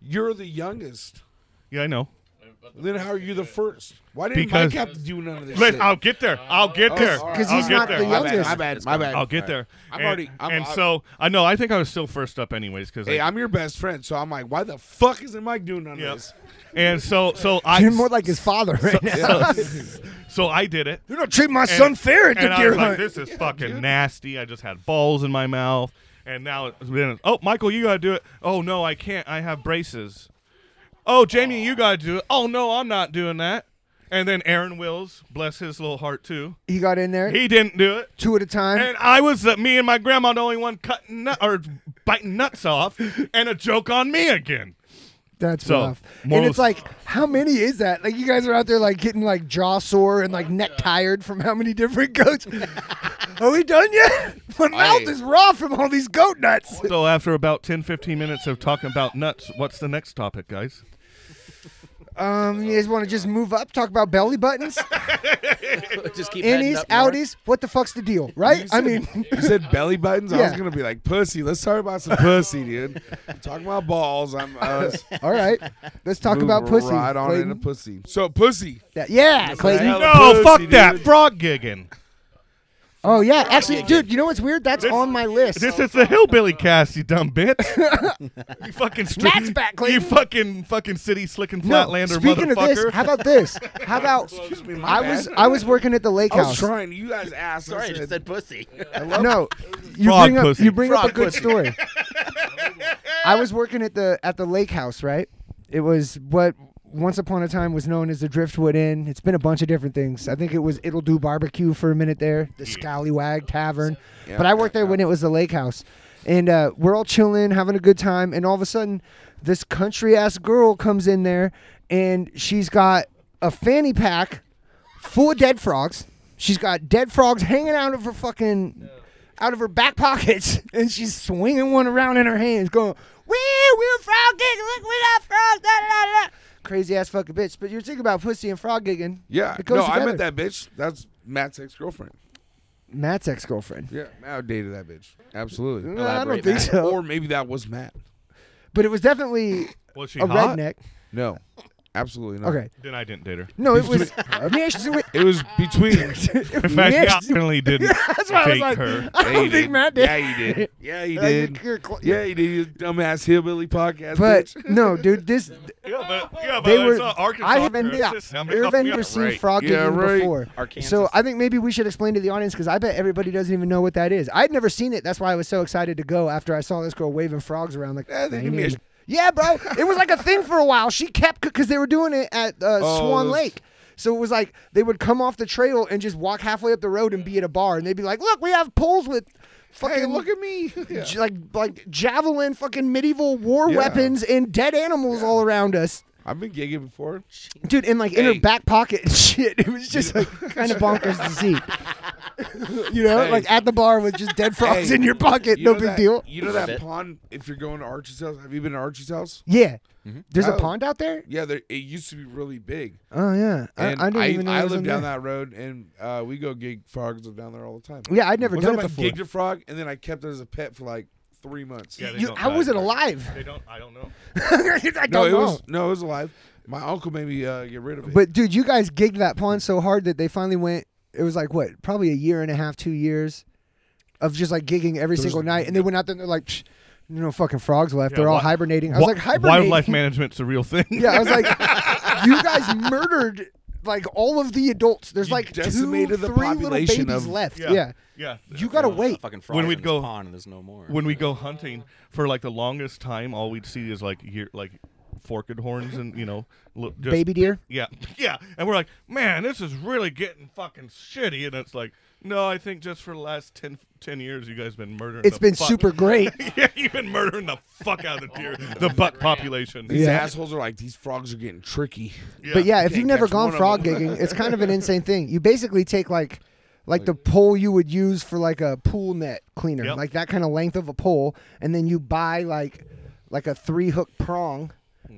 Speaker 2: You're the youngest.
Speaker 3: Yeah, I know.
Speaker 2: Then how are you the first? Why didn't
Speaker 3: Because-
Speaker 2: Mike have to do none of this
Speaker 3: Let,
Speaker 2: shit? Oh,
Speaker 3: I'll get there. I'll get there.
Speaker 2: all right.
Speaker 4: Because
Speaker 3: I'll
Speaker 4: he's
Speaker 3: get
Speaker 4: not
Speaker 3: there.
Speaker 4: the
Speaker 2: my bad.
Speaker 4: youngest.
Speaker 2: My bad. My bad.
Speaker 3: I'll get
Speaker 2: All
Speaker 3: there.
Speaker 2: I'm
Speaker 3: and,
Speaker 2: already- I'm-
Speaker 3: and
Speaker 2: I'm-
Speaker 3: so I know. I think I was still first up, anyways, because
Speaker 2: Hey, I'm your best friend, so I'm like, why the fuck isn't Mike doing none of
Speaker 3: Yep.
Speaker 2: this?
Speaker 3: And so so I
Speaker 4: You're more like his father right now.
Speaker 3: so I did it.
Speaker 4: You're not treating my
Speaker 3: And-
Speaker 4: son fair at the
Speaker 3: and I
Speaker 4: deer
Speaker 3: was like,
Speaker 4: hunt.
Speaker 3: This is fucking nasty. I just had balls in my mouth, and now it's been. Oh, Michael, you gotta do it. Oh no, I can't. I have braces. Oh, Jamie, you gotta do it. Oh no, I'm not doing that. And then Aaron Wills, bless his little heart too,
Speaker 4: He got in there
Speaker 3: he didn't do it.
Speaker 4: two at a time.
Speaker 3: And I was the, me and my grandma the only one cutting nut, or biting nuts off, and a joke on me again.
Speaker 4: That's
Speaker 3: So,
Speaker 4: rough. And
Speaker 3: moral
Speaker 4: it's
Speaker 3: of-
Speaker 4: like, how many is that? Like you guys are out there like getting like jaw sore and like neck tired from how many different goats? are we done yet? My mouth is raw from all these goat nuts.
Speaker 3: So after about 10, 15 minutes of talking about nuts, what's the next topic, guys?
Speaker 4: Um, you guys want to just move up, talk about belly buttons,
Speaker 5: Just keep heading
Speaker 4: innies,
Speaker 5: up north.
Speaker 4: outies? What the fuck's the deal, right? I mean,
Speaker 2: You said belly buttons. I was
Speaker 4: Yeah.
Speaker 2: gonna be like pussy. Let's talk about some pussy, dude. Talking about balls. I'm. Uh,
Speaker 4: all right, let's talk about pussy.
Speaker 2: Right on
Speaker 4: Clayton.
Speaker 2: into pussy. So pussy.
Speaker 4: That- yeah, Clayton.
Speaker 2: hell-
Speaker 3: No,
Speaker 2: Pussy,
Speaker 3: fuck that.
Speaker 2: dude.
Speaker 3: Frog gigging.
Speaker 4: Oh yeah, actually, dude, you know what's weird? That's
Speaker 3: This-
Speaker 4: on my list.
Speaker 3: This is the hillbilly cast, you dumb bitch. you fucking street.
Speaker 4: Matt's back,
Speaker 3: You
Speaker 4: Clayton.
Speaker 3: fucking fucking city slicking
Speaker 4: No,
Speaker 3: flatlander
Speaker 4: speaking of
Speaker 3: motherfucker.
Speaker 4: this, how about this? How about
Speaker 2: me, my
Speaker 4: I
Speaker 2: bad.
Speaker 4: was I was working at the lake
Speaker 2: I was
Speaker 4: house.
Speaker 2: trying. You guys asked.
Speaker 5: Sorry, I
Speaker 2: I
Speaker 5: just
Speaker 2: said,
Speaker 5: said pussy.
Speaker 4: no, you
Speaker 3: Frog
Speaker 4: bring up
Speaker 3: pussy.
Speaker 4: you bring up
Speaker 5: Frog
Speaker 4: a good
Speaker 5: pussy.
Speaker 4: story. I was working at the at the lake house, right? It was what once upon a time was known as the Driftwood Inn. It's been a bunch of different things. I think it was It'll Do Barbecue for a minute there, the Scallywag Tavern. but I worked there when it was the lake house, and uh, we're all chilling, having a good time, and all of a sudden, this country ass girl comes in there, and she's got a fanny pack full of dead frogs. She's got dead frogs hanging out of her fucking out of her back pockets, and she's swinging one around in her hands, going, "Wee, wee, frog gigging, look, we got frogs, da da da da." Crazy ass fucking bitch. But you're thinking about pussy and frog gigging.
Speaker 2: yeah.
Speaker 4: it goes
Speaker 2: No, I
Speaker 4: together.
Speaker 2: met that bitch. That's Matt's ex girlfriend.
Speaker 4: Matt's ex girlfriend.
Speaker 2: Yeah, Matt dated that bitch. Absolutely.
Speaker 4: No, I don't
Speaker 5: Elaborate,
Speaker 4: think
Speaker 5: Matt.
Speaker 4: so.
Speaker 2: Or maybe that was Matt.
Speaker 4: but it was definitely
Speaker 3: was she
Speaker 4: a
Speaker 3: hot?
Speaker 4: redneck.
Speaker 2: No, absolutely not.
Speaker 4: Okay.
Speaker 3: Then I didn't date her.
Speaker 4: No, it was. uh, Yes, it was-
Speaker 2: It was between.
Speaker 3: In fact,
Speaker 4: yes,
Speaker 3: I definitely didn't
Speaker 4: That's why I was
Speaker 3: date
Speaker 4: like,
Speaker 3: her.
Speaker 4: I don't think Matt did.
Speaker 2: Yeah, you did. Yeah, you
Speaker 4: Uh, you-
Speaker 2: did.
Speaker 4: you're cl-
Speaker 2: Yeah, you did. You dumbass hillbilly podcast.
Speaker 4: But
Speaker 2: bitch.
Speaker 4: no, dude, this
Speaker 3: Yeah, but, yeah, but
Speaker 4: they
Speaker 3: it's
Speaker 4: were.
Speaker 3: not Arkansas.
Speaker 4: I haven't,
Speaker 3: It's
Speaker 4: yeah,
Speaker 3: just- I'm gonna
Speaker 4: I've
Speaker 3: help you
Speaker 4: never
Speaker 3: out.
Speaker 4: seen
Speaker 3: Right.
Speaker 4: frog
Speaker 2: Yeah,
Speaker 4: gigging
Speaker 2: right.
Speaker 4: before.
Speaker 5: Arkansas.
Speaker 4: So I think maybe we should explain to the audience because I bet everybody doesn't even know what that is. I'd never seen it. That's why I was so excited to go after I saw this girl waving frogs around. Like, "Eh,
Speaker 2: Yeah, they give me a
Speaker 4: "Dang
Speaker 2: sh-
Speaker 4: it." yeah, bro, it was like a thing for a while. She kept because they were doing it at uh,
Speaker 2: Oh,
Speaker 4: Swan
Speaker 2: those-
Speaker 4: Lake. So it was like they would come off the trail and just walk halfway up the road and be at a bar, and they'd be like, "Look, we have poles with." Fucking
Speaker 2: hey, look at me. Yeah.
Speaker 4: j- like like javelin fucking medieval war
Speaker 2: Yeah.
Speaker 4: weapons and dead animals all around us.
Speaker 2: I've been gigging before.
Speaker 4: Dude, and like in her
Speaker 2: Hey.
Speaker 4: back pocket and shit. It was just like kind of bonkers to see. you know,
Speaker 2: Hey.
Speaker 4: like at the bar with just dead frogs
Speaker 2: Hey,
Speaker 4: in your pocket,
Speaker 2: You
Speaker 4: no
Speaker 2: know
Speaker 4: big
Speaker 2: that-
Speaker 4: deal.
Speaker 2: You know
Speaker 5: Love
Speaker 2: that
Speaker 5: it.
Speaker 2: pond? If you're going to Archie's house, have you been to Archie's house?
Speaker 4: Yeah. There's a
Speaker 2: Oh.
Speaker 4: pond out there?
Speaker 2: Yeah, there, it used to be really big.
Speaker 4: Oh yeah. I, I
Speaker 2: And
Speaker 4: didn't
Speaker 2: I,
Speaker 4: even know
Speaker 2: I
Speaker 4: it was
Speaker 2: live
Speaker 4: in
Speaker 2: down
Speaker 4: there.
Speaker 2: that road, and uh, we go gig frogs down there all the time.
Speaker 4: Yeah, I'd never
Speaker 2: One
Speaker 4: done
Speaker 2: time
Speaker 4: it
Speaker 2: I
Speaker 4: before.
Speaker 2: gigged a frog, and then I kept it as a pet for like three months.
Speaker 3: Yeah, they
Speaker 4: You,
Speaker 3: don't
Speaker 4: how
Speaker 3: die.
Speaker 4: was it alive?
Speaker 3: They don't. I don't know.
Speaker 4: I don't
Speaker 2: no, it
Speaker 4: know.
Speaker 2: was no, it was alive. My uncle made me uh, get rid of it.
Speaker 4: But dude, you guys gigged that pond so hard that they finally went. It was like what, probably a year and a half, two years, of just like gigging every single night. And they went out there and they're like, Psh, no fucking frogs left.
Speaker 3: Yeah,
Speaker 4: they're all
Speaker 3: wi-
Speaker 4: hibernating. I was like, hibernating.
Speaker 3: Wildlife management's a real thing.
Speaker 4: Yeah, I was like, you guys murdered like all of the adults. There's
Speaker 2: You
Speaker 4: like two,
Speaker 2: decimated the
Speaker 4: three little
Speaker 2: population
Speaker 4: babies
Speaker 2: of-
Speaker 4: left. Yeah.
Speaker 3: Yeah.
Speaker 4: you gotta
Speaker 5: Oh,
Speaker 4: wait.
Speaker 5: Fucking
Speaker 3: When
Speaker 5: frogs
Speaker 3: we'd
Speaker 5: in
Speaker 3: go-
Speaker 5: this pond, there's no more.
Speaker 3: when we go hunting for like the longest time, all we'd see is like year, like forked horns and you know li- just,
Speaker 4: Baby deer.
Speaker 3: Yeah, yeah, and we're like, man, this is really getting fucking shitty, and it's like, no, I think just for the last 10, 10 years, you guys been murdering.
Speaker 4: It's
Speaker 3: the
Speaker 4: been
Speaker 3: fuck-
Speaker 4: super great.
Speaker 3: yeah, you've been murdering the fuck out of the deer,
Speaker 2: Oh,
Speaker 3: the buck population.
Speaker 2: These
Speaker 4: Yeah.
Speaker 2: assholes are like, these frogs are getting tricky.
Speaker 4: But yeah, if
Speaker 2: Can't
Speaker 4: you've never
Speaker 2: catch
Speaker 4: gone
Speaker 2: one of
Speaker 4: frog
Speaker 2: them.
Speaker 4: gigging, it's kind of an insane thing. You basically take like like the pole you would use for like a pool net cleaner,
Speaker 3: Yep.
Speaker 4: like that kind of length of a pole, and then you buy like like a three hook prong.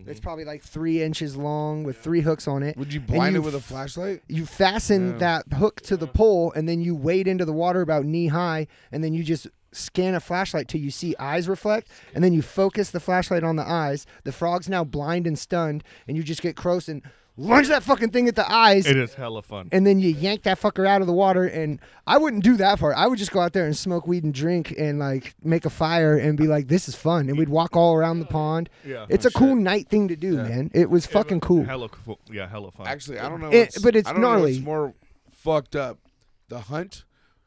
Speaker 4: It's probably like three inches long with three hooks on it.
Speaker 2: Would you
Speaker 4: and
Speaker 2: blind
Speaker 4: you
Speaker 2: it with a
Speaker 4: f-
Speaker 2: flashlight?
Speaker 4: You fasten that hook to the pole, and then you wade into the water about knee high, and then you just scan a flashlight till you see eyes reflect, and then you focus the flashlight on the eyes. The frog's now blind and stunned, and you just get close and lunge that fucking thing at the eyes,
Speaker 3: It is hella fun.
Speaker 4: and then you yank that fucker out of the water. And I wouldn't do that part. I would just go out there and smoke weed and drink and like make a fire and be like, "This is fun." And we'd walk all around the pond.
Speaker 3: Yeah. Oh,
Speaker 4: it's a cool night thing to do, man. It was fucking cool.
Speaker 3: Hella cool. Yeah, hella fun.
Speaker 2: Actually, I don't know.
Speaker 4: It-
Speaker 2: what's-
Speaker 4: but it's
Speaker 2: I don't know what's
Speaker 4: gnarly.
Speaker 2: more fucked up, the hunt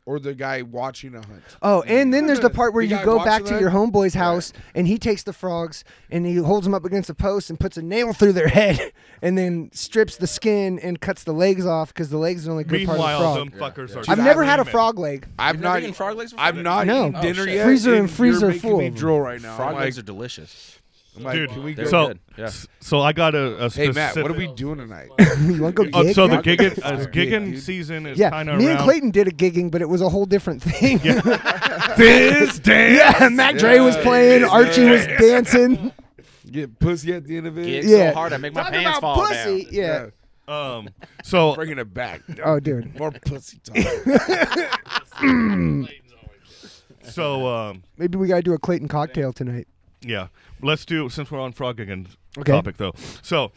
Speaker 2: or the guy watching a hunt?
Speaker 4: Oh, and then there's the part where
Speaker 2: You
Speaker 4: you
Speaker 2: guys
Speaker 4: go
Speaker 2: watching
Speaker 4: back to
Speaker 2: that?
Speaker 4: your homeboy's house and he takes the frogs and he holds them up against a post and puts a nail through their head and then strips the skin and cuts the legs off because the legs are the only good
Speaker 3: Meanwhile,
Speaker 4: part
Speaker 3: them
Speaker 4: of the frog.
Speaker 3: fuckers are.
Speaker 4: I've never
Speaker 3: screaming.
Speaker 4: had a frog leg.
Speaker 2: I'm
Speaker 5: You've never
Speaker 2: not.
Speaker 5: eaten frog legs before?
Speaker 2: I'm not
Speaker 4: No.
Speaker 2: eating
Speaker 4: Oh,
Speaker 2: dinner
Speaker 5: shit.
Speaker 2: yet.
Speaker 4: Freezer and
Speaker 2: you're
Speaker 4: freezer
Speaker 2: making
Speaker 4: full
Speaker 2: me
Speaker 4: of 'em.
Speaker 2: drool right now.
Speaker 5: Frog
Speaker 2: I'm like,
Speaker 5: legs are delicious.
Speaker 2: I'm like,
Speaker 3: Dude,
Speaker 2: can we
Speaker 5: They're
Speaker 2: go?
Speaker 3: so
Speaker 5: good. Yeah.
Speaker 3: s- so I got a, a
Speaker 2: Hey
Speaker 3: specific.
Speaker 2: Matt, what are we doing tonight?
Speaker 4: you want to go
Speaker 3: Oh,
Speaker 4: gig?
Speaker 3: so the
Speaker 4: now?
Speaker 3: gigging, uh,
Speaker 2: Sorry.
Speaker 3: gigging
Speaker 2: Dude.
Speaker 3: season is
Speaker 4: yeah,
Speaker 3: kind
Speaker 4: me
Speaker 3: of
Speaker 4: and Clayton did a gigging, but it was a whole different thing.
Speaker 3: This dance.
Speaker 4: yeah, Mac Dre was
Speaker 2: Yeah,
Speaker 4: playing,
Speaker 2: yeah,
Speaker 4: Archie was dancing.
Speaker 2: Get pussy at the end of it.
Speaker 5: Gig
Speaker 4: Yeah.
Speaker 5: so hard I make my
Speaker 4: Talking
Speaker 5: pants
Speaker 4: about
Speaker 5: fall
Speaker 4: pussy.
Speaker 5: down.
Speaker 4: Yeah.
Speaker 3: Um. So
Speaker 2: Bringing it back.
Speaker 4: Oh, dude.
Speaker 2: More pussy talk.
Speaker 3: so um.
Speaker 4: Maybe we gotta do a Clayton cocktail tonight.
Speaker 3: Yeah. Let's do since we're on frog again
Speaker 4: Okay.
Speaker 3: topic though. So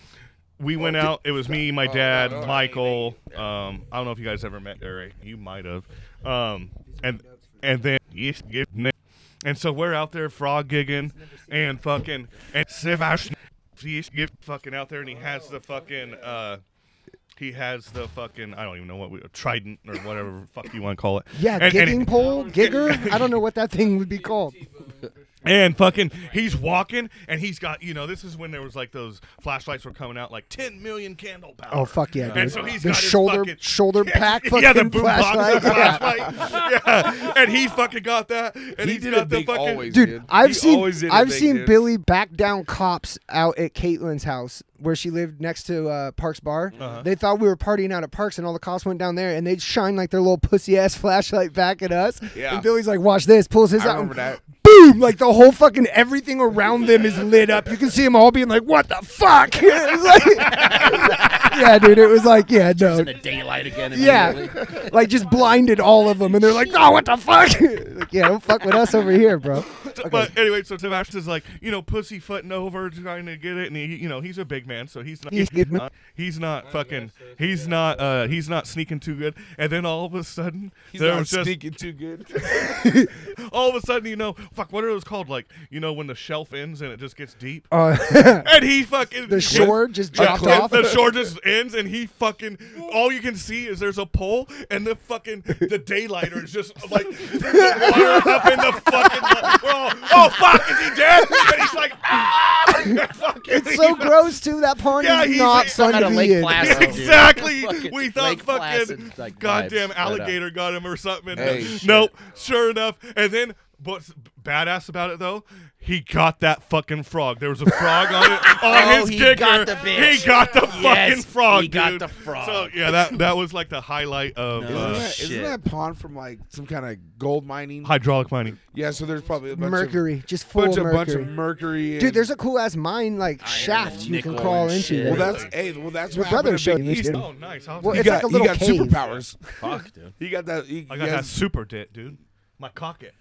Speaker 3: we went out. It was me, my dad, Michael. Um, I don't know if you guys ever met Eric. You might have. Um, and and then yes, yes, ne- and so we're out there frog gigging and fucking and Siv Ash- yes, yes, fucking out there and he has the fucking uh he has the fucking I don't even know what we trident or whatever the fuck you want to call it.
Speaker 4: Yeah,
Speaker 3: and, and
Speaker 4: gigging
Speaker 3: it-
Speaker 4: pole, gigger. I don't know what that thing would be called.
Speaker 3: and fucking, he's walking, and he's got, you know, this is when there was like those flashlights were coming out, like 10 million candle power.
Speaker 4: Oh fuck yeah, dude!
Speaker 3: And so he's
Speaker 4: the
Speaker 3: got his
Speaker 4: shoulder
Speaker 3: fucking-
Speaker 4: shoulder pack fucking
Speaker 3: yeah, the boom
Speaker 4: flashlight.
Speaker 3: box, the flashlight. yeah, and he fucking got that, and
Speaker 2: he
Speaker 3: has
Speaker 2: did
Speaker 3: got
Speaker 2: a
Speaker 3: the
Speaker 2: big
Speaker 3: fucking.
Speaker 2: always,
Speaker 4: Dude,
Speaker 2: Dude,
Speaker 4: I've
Speaker 2: he
Speaker 4: seen
Speaker 2: always did a
Speaker 4: I've
Speaker 2: big
Speaker 4: seen
Speaker 2: dude.
Speaker 4: Billy back down cops out at Caitlin's house where she lived next to uh, Parks Bar.
Speaker 3: Uh-huh.
Speaker 4: They thought we were partying out at Parks, and all the cops went down there and they'd shine like their little pussy ass flashlight back at us.
Speaker 2: Yeah.
Speaker 4: And Billy's like, "Watch this!" Pulls his
Speaker 2: I
Speaker 4: out.
Speaker 2: remember
Speaker 4: and
Speaker 2: that.
Speaker 4: Boom! Like the whole fucking everything around them is lit up. You can see them all being like, "What the fuck?" It was like- yeah, dude. It was like, yeah, no.
Speaker 5: In the daylight again. immediately.
Speaker 4: Yeah, like just blinded all of them, and they're like, "No, what the fuck?" like, yeah, don't fuck with us over here, bro.
Speaker 3: But anyway, so Tim Ashton's like, you know, pussyfooting over, trying to get it, and he, you know, he's a big man, so he's not,
Speaker 4: He's
Speaker 3: he's,
Speaker 4: good, man.
Speaker 3: not, he's not fucking, he's not, uh, he's not sneaking too good. And then all of a sudden,
Speaker 2: He's
Speaker 3: there
Speaker 2: not
Speaker 3: was just Oh,
Speaker 2: sneaking too good.
Speaker 3: all of a sudden, you know, fuck, what are those called? Like, you know, when the shelf ends and it just gets deep,
Speaker 4: Uh,
Speaker 3: and he fucking
Speaker 4: the shore just dropped
Speaker 3: Yeah,
Speaker 4: off.
Speaker 3: The shore just ends, and he fucking. All you can see is there's a pole, and the fucking the daylighter is just like water up in the fucking. We're all, oh fuck, is he dead? And he's like, ah, fucking.
Speaker 4: It's so gross too. That pond
Speaker 3: Yeah,
Speaker 4: is
Speaker 3: he's-
Speaker 4: not
Speaker 3: he's
Speaker 4: fun
Speaker 5: out
Speaker 4: to
Speaker 5: of
Speaker 4: be
Speaker 5: Lake
Speaker 4: in.
Speaker 5: Placid.
Speaker 3: Yeah,
Speaker 5: Dude.
Speaker 3: exactly.
Speaker 5: Fucking
Speaker 3: we thought
Speaker 5: Lake
Speaker 3: fucking
Speaker 5: Placid, like,
Speaker 3: goddamn
Speaker 5: vibes, right up.
Speaker 3: alligator got him or something.
Speaker 2: Hey,
Speaker 3: nope. Sure enough, and then what's badass about it though? He got that fucking frog. There was a frog on it on
Speaker 5: Oh,
Speaker 3: his
Speaker 5: he
Speaker 3: kicker.
Speaker 5: got the bitch.
Speaker 3: He got the
Speaker 5: Yes,
Speaker 3: fucking frog.
Speaker 5: he got
Speaker 3: dude.
Speaker 5: the frog.
Speaker 3: So yeah, that that was like the highlight of
Speaker 5: No.
Speaker 2: Isn't
Speaker 3: uh,
Speaker 2: that, isn't
Speaker 5: shit.
Speaker 2: that pond from like some kind of gold mining?
Speaker 3: hydraulic mining.
Speaker 2: Yeah, so there's probably a bunch
Speaker 4: Mercury, just
Speaker 2: of
Speaker 4: full
Speaker 2: bunch
Speaker 4: of
Speaker 2: of bunch
Speaker 4: mercury.
Speaker 2: of mercury.
Speaker 4: Dude,
Speaker 2: and-
Speaker 4: there's a cool ass mine like shaft you can
Speaker 5: nickel
Speaker 4: crawl
Speaker 5: and
Speaker 4: into.
Speaker 5: shit.
Speaker 2: well, that's hey, well that's
Speaker 4: Your
Speaker 2: what
Speaker 4: brother
Speaker 2: happened to
Speaker 4: showed
Speaker 2: Big
Speaker 4: me this,
Speaker 2: Easton.
Speaker 4: didn't
Speaker 3: Oh, nice.
Speaker 4: Well,
Speaker 2: He
Speaker 4: it's
Speaker 2: got,
Speaker 4: like a
Speaker 2: he
Speaker 4: little
Speaker 2: got
Speaker 4: cave.
Speaker 2: superpowers.
Speaker 5: Fuck, dude.
Speaker 2: He got that. He,
Speaker 3: I
Speaker 2: he
Speaker 3: got that
Speaker 2: has-
Speaker 3: super dit, dude. My cock it.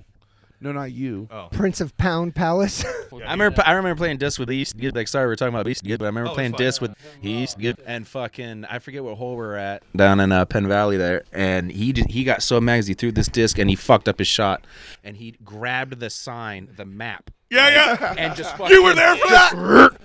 Speaker 2: no, not you.
Speaker 4: Prince of Pound Palace.
Speaker 5: I remember, I remember playing disc with he used to get like sorry we're talking about he used to get but I remember
Speaker 3: Oh,
Speaker 5: playing
Speaker 3: it's fine.
Speaker 5: disc with he used to get and fucking I forget what hole we we're at down in uh, Penn Valley there and he did, he got so mad 'cause he threw this disc and he fucked up his shot and he grabbed the sign the map
Speaker 3: Yeah, yeah.
Speaker 5: and just fucking
Speaker 3: You were there for
Speaker 5: just
Speaker 3: that.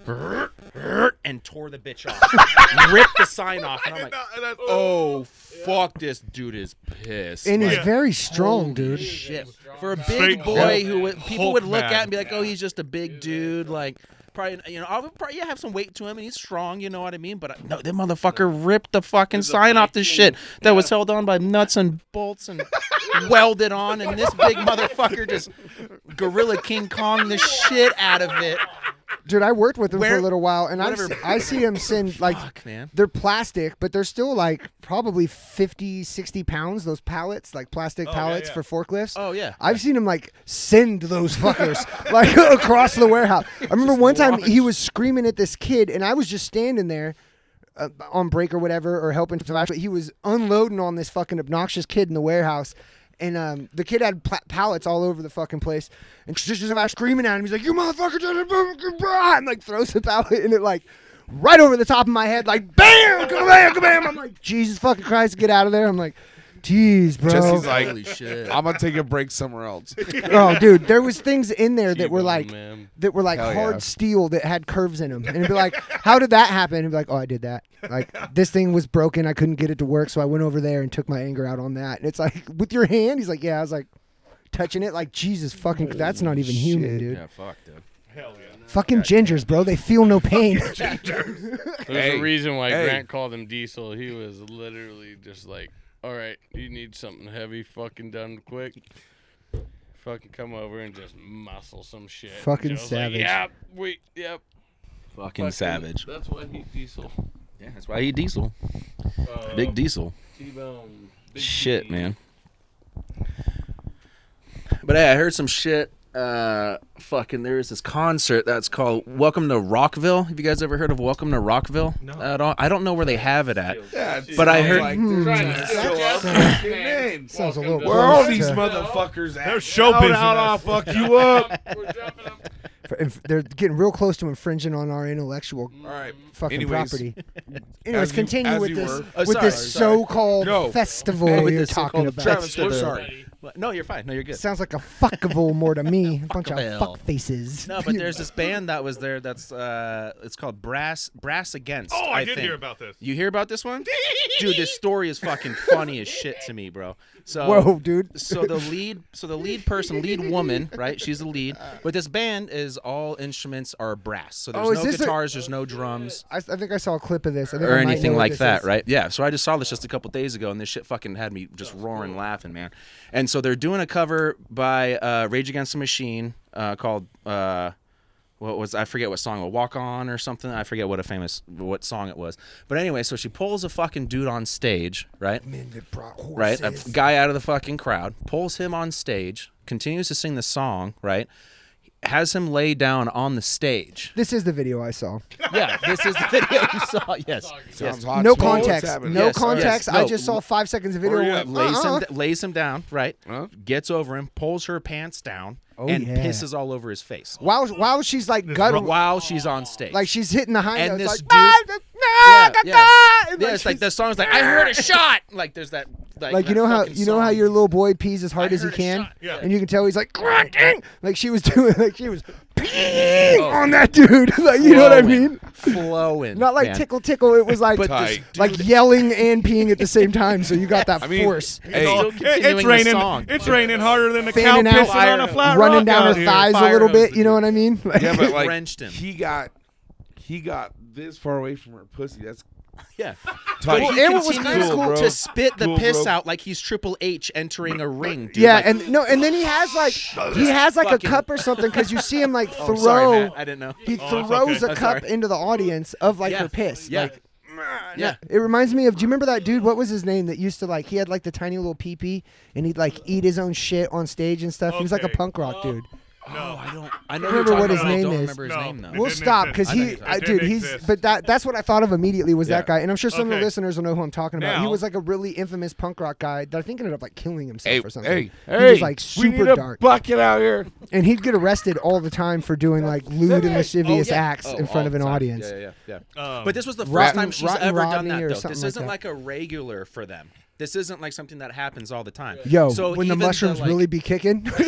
Speaker 5: and tore the bitch off ripped the sign off and I'm like
Speaker 3: That's-
Speaker 5: oh fuck this dude is pissed
Speaker 4: and he's
Speaker 3: Yeah.
Speaker 4: very strong, dude.
Speaker 5: shit. For a big
Speaker 3: Straight
Speaker 5: boy
Speaker 3: Hulk-
Speaker 5: who would, people
Speaker 3: Hulk
Speaker 5: would look
Speaker 3: man.
Speaker 5: at and be like, "Oh, he's just a big dude." Like, probably you know, I would probably have some weight to him, and he's strong. You know what I mean? But I, no, that motherfucker ripped the fucking sign off this shit that was held on by nuts and bolts and welded on, and this big motherfucker just gorilla King Kong the shit out of it.
Speaker 4: dude, I worked with him for
Speaker 5: Where-
Speaker 4: a little while, and I've,
Speaker 5: whatever.
Speaker 4: s- I see him send like
Speaker 5: Fuck, man.
Speaker 4: they're plastic, but they're still like probably 50, 60 pounds. Those pallets, like plastic pallets for forklifts.
Speaker 5: Oh, yeah.
Speaker 4: I've seen him like send those fuckers like across the warehouse. I remember one time he was screaming at this kid, and I was just standing there uh, on break or whatever, or helping to flash. But he was unloading on this fucking obnoxious kid in the warehouse. And um, the kid had pla pallets all over the fucking place, and just screaming at him. He's like, "You motherfucker!" And like throws the pallet, and it like right over the top of my head, like bam, bam, bam. I'm like, Jesus fucking Christ, get out of there! I'm like, Jeez, bro.
Speaker 2: Jesse's like,
Speaker 5: Holy shit.
Speaker 2: I'm gonna take a break somewhere else.
Speaker 4: oh, dude, there was things in there that were like
Speaker 6: man.
Speaker 4: that were like
Speaker 2: Hell
Speaker 4: hard
Speaker 2: yeah.
Speaker 4: steel that had curves in them, and it'd be like, "How did that happen?" And be like, "Oh, I did that. Like this thing was broken. I couldn't get it to work, so I went over there and took my anger out on that." And it's like, "With your hand?" He's like, "Yeah." I was like, touching it, like Jesus fucking, that's not even human, dude.
Speaker 1: Yeah, fuck, dude.
Speaker 4: Fucking gingers, bro. They feel no pain.
Speaker 6: There's
Speaker 2: Hey,
Speaker 6: a reason why
Speaker 2: hey.
Speaker 6: Grant called him Diesel. He was literally just like, "All right, you need something heavy, fucking done quick. Fucking come over and just muscle some shit." And
Speaker 4: Fucking
Speaker 6: Joe's
Speaker 4: savage.
Speaker 6: Like, yep, we, yep.
Speaker 1: Fucking
Speaker 6: fucking-
Speaker 1: savage.
Speaker 6: That's why he's Diesel.
Speaker 1: Yeah, that's why he diesel.
Speaker 6: Uh,
Speaker 1: Big diesel.
Speaker 6: T-Bone. Big
Speaker 1: Shit, man.
Speaker 5: But hey, I heard some shit. Uh, fucking, there is this concert that's called Welcome to Rockville. Have you guys ever heard of Welcome to Rockville no. at all? I don't know where they have it at.
Speaker 2: Yeah, it's
Speaker 5: But I heard-
Speaker 2: like,
Speaker 6: Trying to show up.
Speaker 2: man,
Speaker 4: Sounds a little
Speaker 2: where are all
Speaker 4: close
Speaker 2: these
Speaker 4: to-
Speaker 2: motherfuckers at?
Speaker 3: They're show
Speaker 2: Shout
Speaker 3: business.
Speaker 2: out, I'll fuck you up.
Speaker 6: We're jumping up.
Speaker 4: Inf- They're getting real close to infringing on our intellectual
Speaker 5: Mm.
Speaker 2: All right.
Speaker 4: fucking
Speaker 2: Anyways,
Speaker 4: property. Anyways,
Speaker 2: you-
Speaker 4: continue
Speaker 2: as
Speaker 4: with
Speaker 2: you
Speaker 4: this
Speaker 2: were.
Speaker 5: Oh,
Speaker 4: with
Speaker 5: sorry,
Speaker 4: this
Speaker 5: sorry.
Speaker 4: so-called
Speaker 2: No.
Speaker 4: festival
Speaker 5: With
Speaker 4: you're
Speaker 5: this
Speaker 4: talking
Speaker 5: so-called
Speaker 4: about.
Speaker 2: Travis, we're
Speaker 5: Festival.
Speaker 2: sorry.
Speaker 5: But- no, you're fine. No, you're good.
Speaker 4: Sounds like a fuckable more to me. Bunch of
Speaker 5: Fuckable.
Speaker 4: fuck faces.
Speaker 5: No, but there's this band that was there. That's uh, it's called Brass Brass Against.
Speaker 3: Oh, I, did
Speaker 5: think.
Speaker 3: hear about this.
Speaker 5: You hear about this one, dude? This story is fucking funny as shit to me, bro. So
Speaker 4: Whoa, dude.
Speaker 5: so the lead so the lead person lead woman right she's the lead but this band is all instruments are brass so there's
Speaker 4: Oh, is
Speaker 5: no
Speaker 4: this a-
Speaker 5: guitars there's no drums
Speaker 4: I, I think I saw a clip of this. I think
Speaker 5: or
Speaker 4: I might know
Speaker 5: anything
Speaker 4: what
Speaker 5: like
Speaker 4: this
Speaker 5: that
Speaker 4: is.
Speaker 5: right yeah so i just saw this just a couple days ago and this shit fucking had me just roaring laughing man and so they're doing a cover by uh, rage against the machine uh, called uh, what was I forget what song? A walk on or something? I forget what a famous what song it was. But anyway, so she pulls a fucking dude on stage, right?
Speaker 4: Men that brought
Speaker 5: right? A
Speaker 4: horses.
Speaker 5: guy out of the fucking crowd pulls him on stage, continues to sing the song, right? Has him lay down on the stage.
Speaker 4: This is the video I saw.
Speaker 5: yeah, this is the video you saw. Yes.
Speaker 2: Sounds hot
Speaker 4: no
Speaker 2: as fuck. What's
Speaker 4: context.
Speaker 2: happening?
Speaker 4: No
Speaker 5: Yes,
Speaker 4: context.
Speaker 5: yes,
Speaker 4: I
Speaker 5: no.
Speaker 4: just saw five seconds of video.
Speaker 2: Hurry
Speaker 4: and
Speaker 2: up.
Speaker 4: went,
Speaker 5: Lays
Speaker 4: uh-uh.
Speaker 5: him, lays him down, right?
Speaker 2: Huh?
Speaker 5: Gets over him, pulls her pants down,
Speaker 4: Oh,
Speaker 5: and
Speaker 4: yeah.
Speaker 5: pisses all over his face
Speaker 4: While while she's like
Speaker 5: But
Speaker 4: gutting,
Speaker 5: while she's on stage.
Speaker 4: like she's hitting the high
Speaker 5: And
Speaker 4: notes,
Speaker 5: this
Speaker 4: like,
Speaker 5: dude-
Speaker 4: "Ah, that's-
Speaker 5: yeah,
Speaker 4: ah,
Speaker 5: yeah.
Speaker 4: ah," and,
Speaker 5: Yeah, it's like
Speaker 4: she's-
Speaker 5: the song's like I heard a shot. Like there's that like,
Speaker 4: Like
Speaker 5: that
Speaker 4: you know how
Speaker 5: fucking
Speaker 4: you know how
Speaker 5: song.
Speaker 4: your little boy pees as hard
Speaker 5: I
Speaker 4: as he
Speaker 5: heard a
Speaker 4: can,
Speaker 5: shot. Yeah.
Speaker 4: and you can tell he's like grunting. Like she was doing, like she was peeing on that dude. like you know what I
Speaker 5: Flowing.
Speaker 4: mean?
Speaker 5: flowing.
Speaker 4: Not like
Speaker 5: man.
Speaker 4: tickle tickle. It was like
Speaker 5: But
Speaker 2: Tight.
Speaker 4: like yelling and peeing at the same time. So you got that
Speaker 2: I mean,
Speaker 4: force
Speaker 2: hey,
Speaker 3: Oh,
Speaker 5: Still
Speaker 3: it-
Speaker 5: continuing
Speaker 3: it's
Speaker 5: the
Speaker 3: raining.
Speaker 5: song.
Speaker 3: It's raining harder than a cow
Speaker 4: Fanning out,
Speaker 3: pissing on a flat
Speaker 4: running
Speaker 3: rock
Speaker 4: down her
Speaker 3: out here.
Speaker 4: thighs a
Speaker 5: fire
Speaker 4: little
Speaker 5: hose
Speaker 4: bit.
Speaker 5: the
Speaker 4: You know what I mean? Like,
Speaker 2: yeah, but like
Speaker 5: wrenched him.
Speaker 2: he got he got this far away from her pussy. That's
Speaker 5: Yeah.
Speaker 2: tight.
Speaker 5: But he
Speaker 4: and what was
Speaker 5: continues
Speaker 4: kinda cool-
Speaker 2: bro.
Speaker 5: to spit the
Speaker 2: Cool,
Speaker 5: piss
Speaker 2: bro.
Speaker 5: out like he's Triple H entering a ring, dude.
Speaker 4: yeah,
Speaker 5: like,
Speaker 4: and no, and then he has like he has like a
Speaker 5: fucking-
Speaker 4: cup or something because you see him like throw.
Speaker 5: oh, sorry, Matt, I didn't know.
Speaker 4: He
Speaker 3: Oh, it's
Speaker 4: throws
Speaker 3: okay.
Speaker 4: a cup
Speaker 5: sorry.
Speaker 4: into the audience of like
Speaker 5: yeah.
Speaker 4: her piss.
Speaker 5: Yeah.
Speaker 4: Like,
Speaker 5: yeah.
Speaker 4: It reminds me of. Do you remember that dude? What was his name that used to like? He had like the tiny little pee pee, and he'd like eat his own shit on stage and stuff. He was like a
Speaker 3: Okay.
Speaker 4: punk rock dude.
Speaker 5: Oh, I don't. I
Speaker 4: I remember
Speaker 5: know. who you're
Speaker 4: what
Speaker 5: talking
Speaker 4: his
Speaker 5: about, I
Speaker 4: name
Speaker 5: don't
Speaker 4: is.
Speaker 5: Remember his
Speaker 3: No.
Speaker 5: name though.
Speaker 3: It
Speaker 4: We'll
Speaker 3: didn't
Speaker 4: stop because
Speaker 3: exist.
Speaker 5: I
Speaker 4: he,
Speaker 5: think it
Speaker 4: I,
Speaker 3: exists. It
Speaker 4: dude,
Speaker 3: didn't
Speaker 4: he's.
Speaker 3: exist.
Speaker 4: But that that's what I thought of immediately was that
Speaker 5: Yeah.
Speaker 4: guy, and I'm sure some of
Speaker 3: Okay.
Speaker 4: the listeners will know who I'm talking about. he
Speaker 3: Now-
Speaker 4: was like a really infamous punk rock guy that I think ended up like killing himself
Speaker 2: Hey,
Speaker 4: or something.
Speaker 2: hey,
Speaker 4: he
Speaker 2: hey!
Speaker 4: was like super
Speaker 2: we need a
Speaker 4: dark,
Speaker 2: bucket out here.
Speaker 4: and he'd get arrested all the time for doing like lewd and lascivious acts
Speaker 5: Oh,
Speaker 4: in front
Speaker 5: all
Speaker 4: of an
Speaker 5: the time.
Speaker 4: audience.
Speaker 5: Yeah, yeah, yeah. yeah.
Speaker 3: Um,
Speaker 5: But this was the first
Speaker 4: Rotten-
Speaker 5: time she's
Speaker 4: Rotten
Speaker 5: ever
Speaker 4: Rodney
Speaker 5: done
Speaker 4: or
Speaker 5: that though.
Speaker 4: something
Speaker 5: This
Speaker 4: like
Speaker 5: isn't
Speaker 4: that.
Speaker 5: like a regular for them. This isn't like something that happens all the time.
Speaker 4: Yo,
Speaker 5: so
Speaker 4: when the
Speaker 5: even
Speaker 4: mushrooms
Speaker 5: like-
Speaker 4: really be kicking.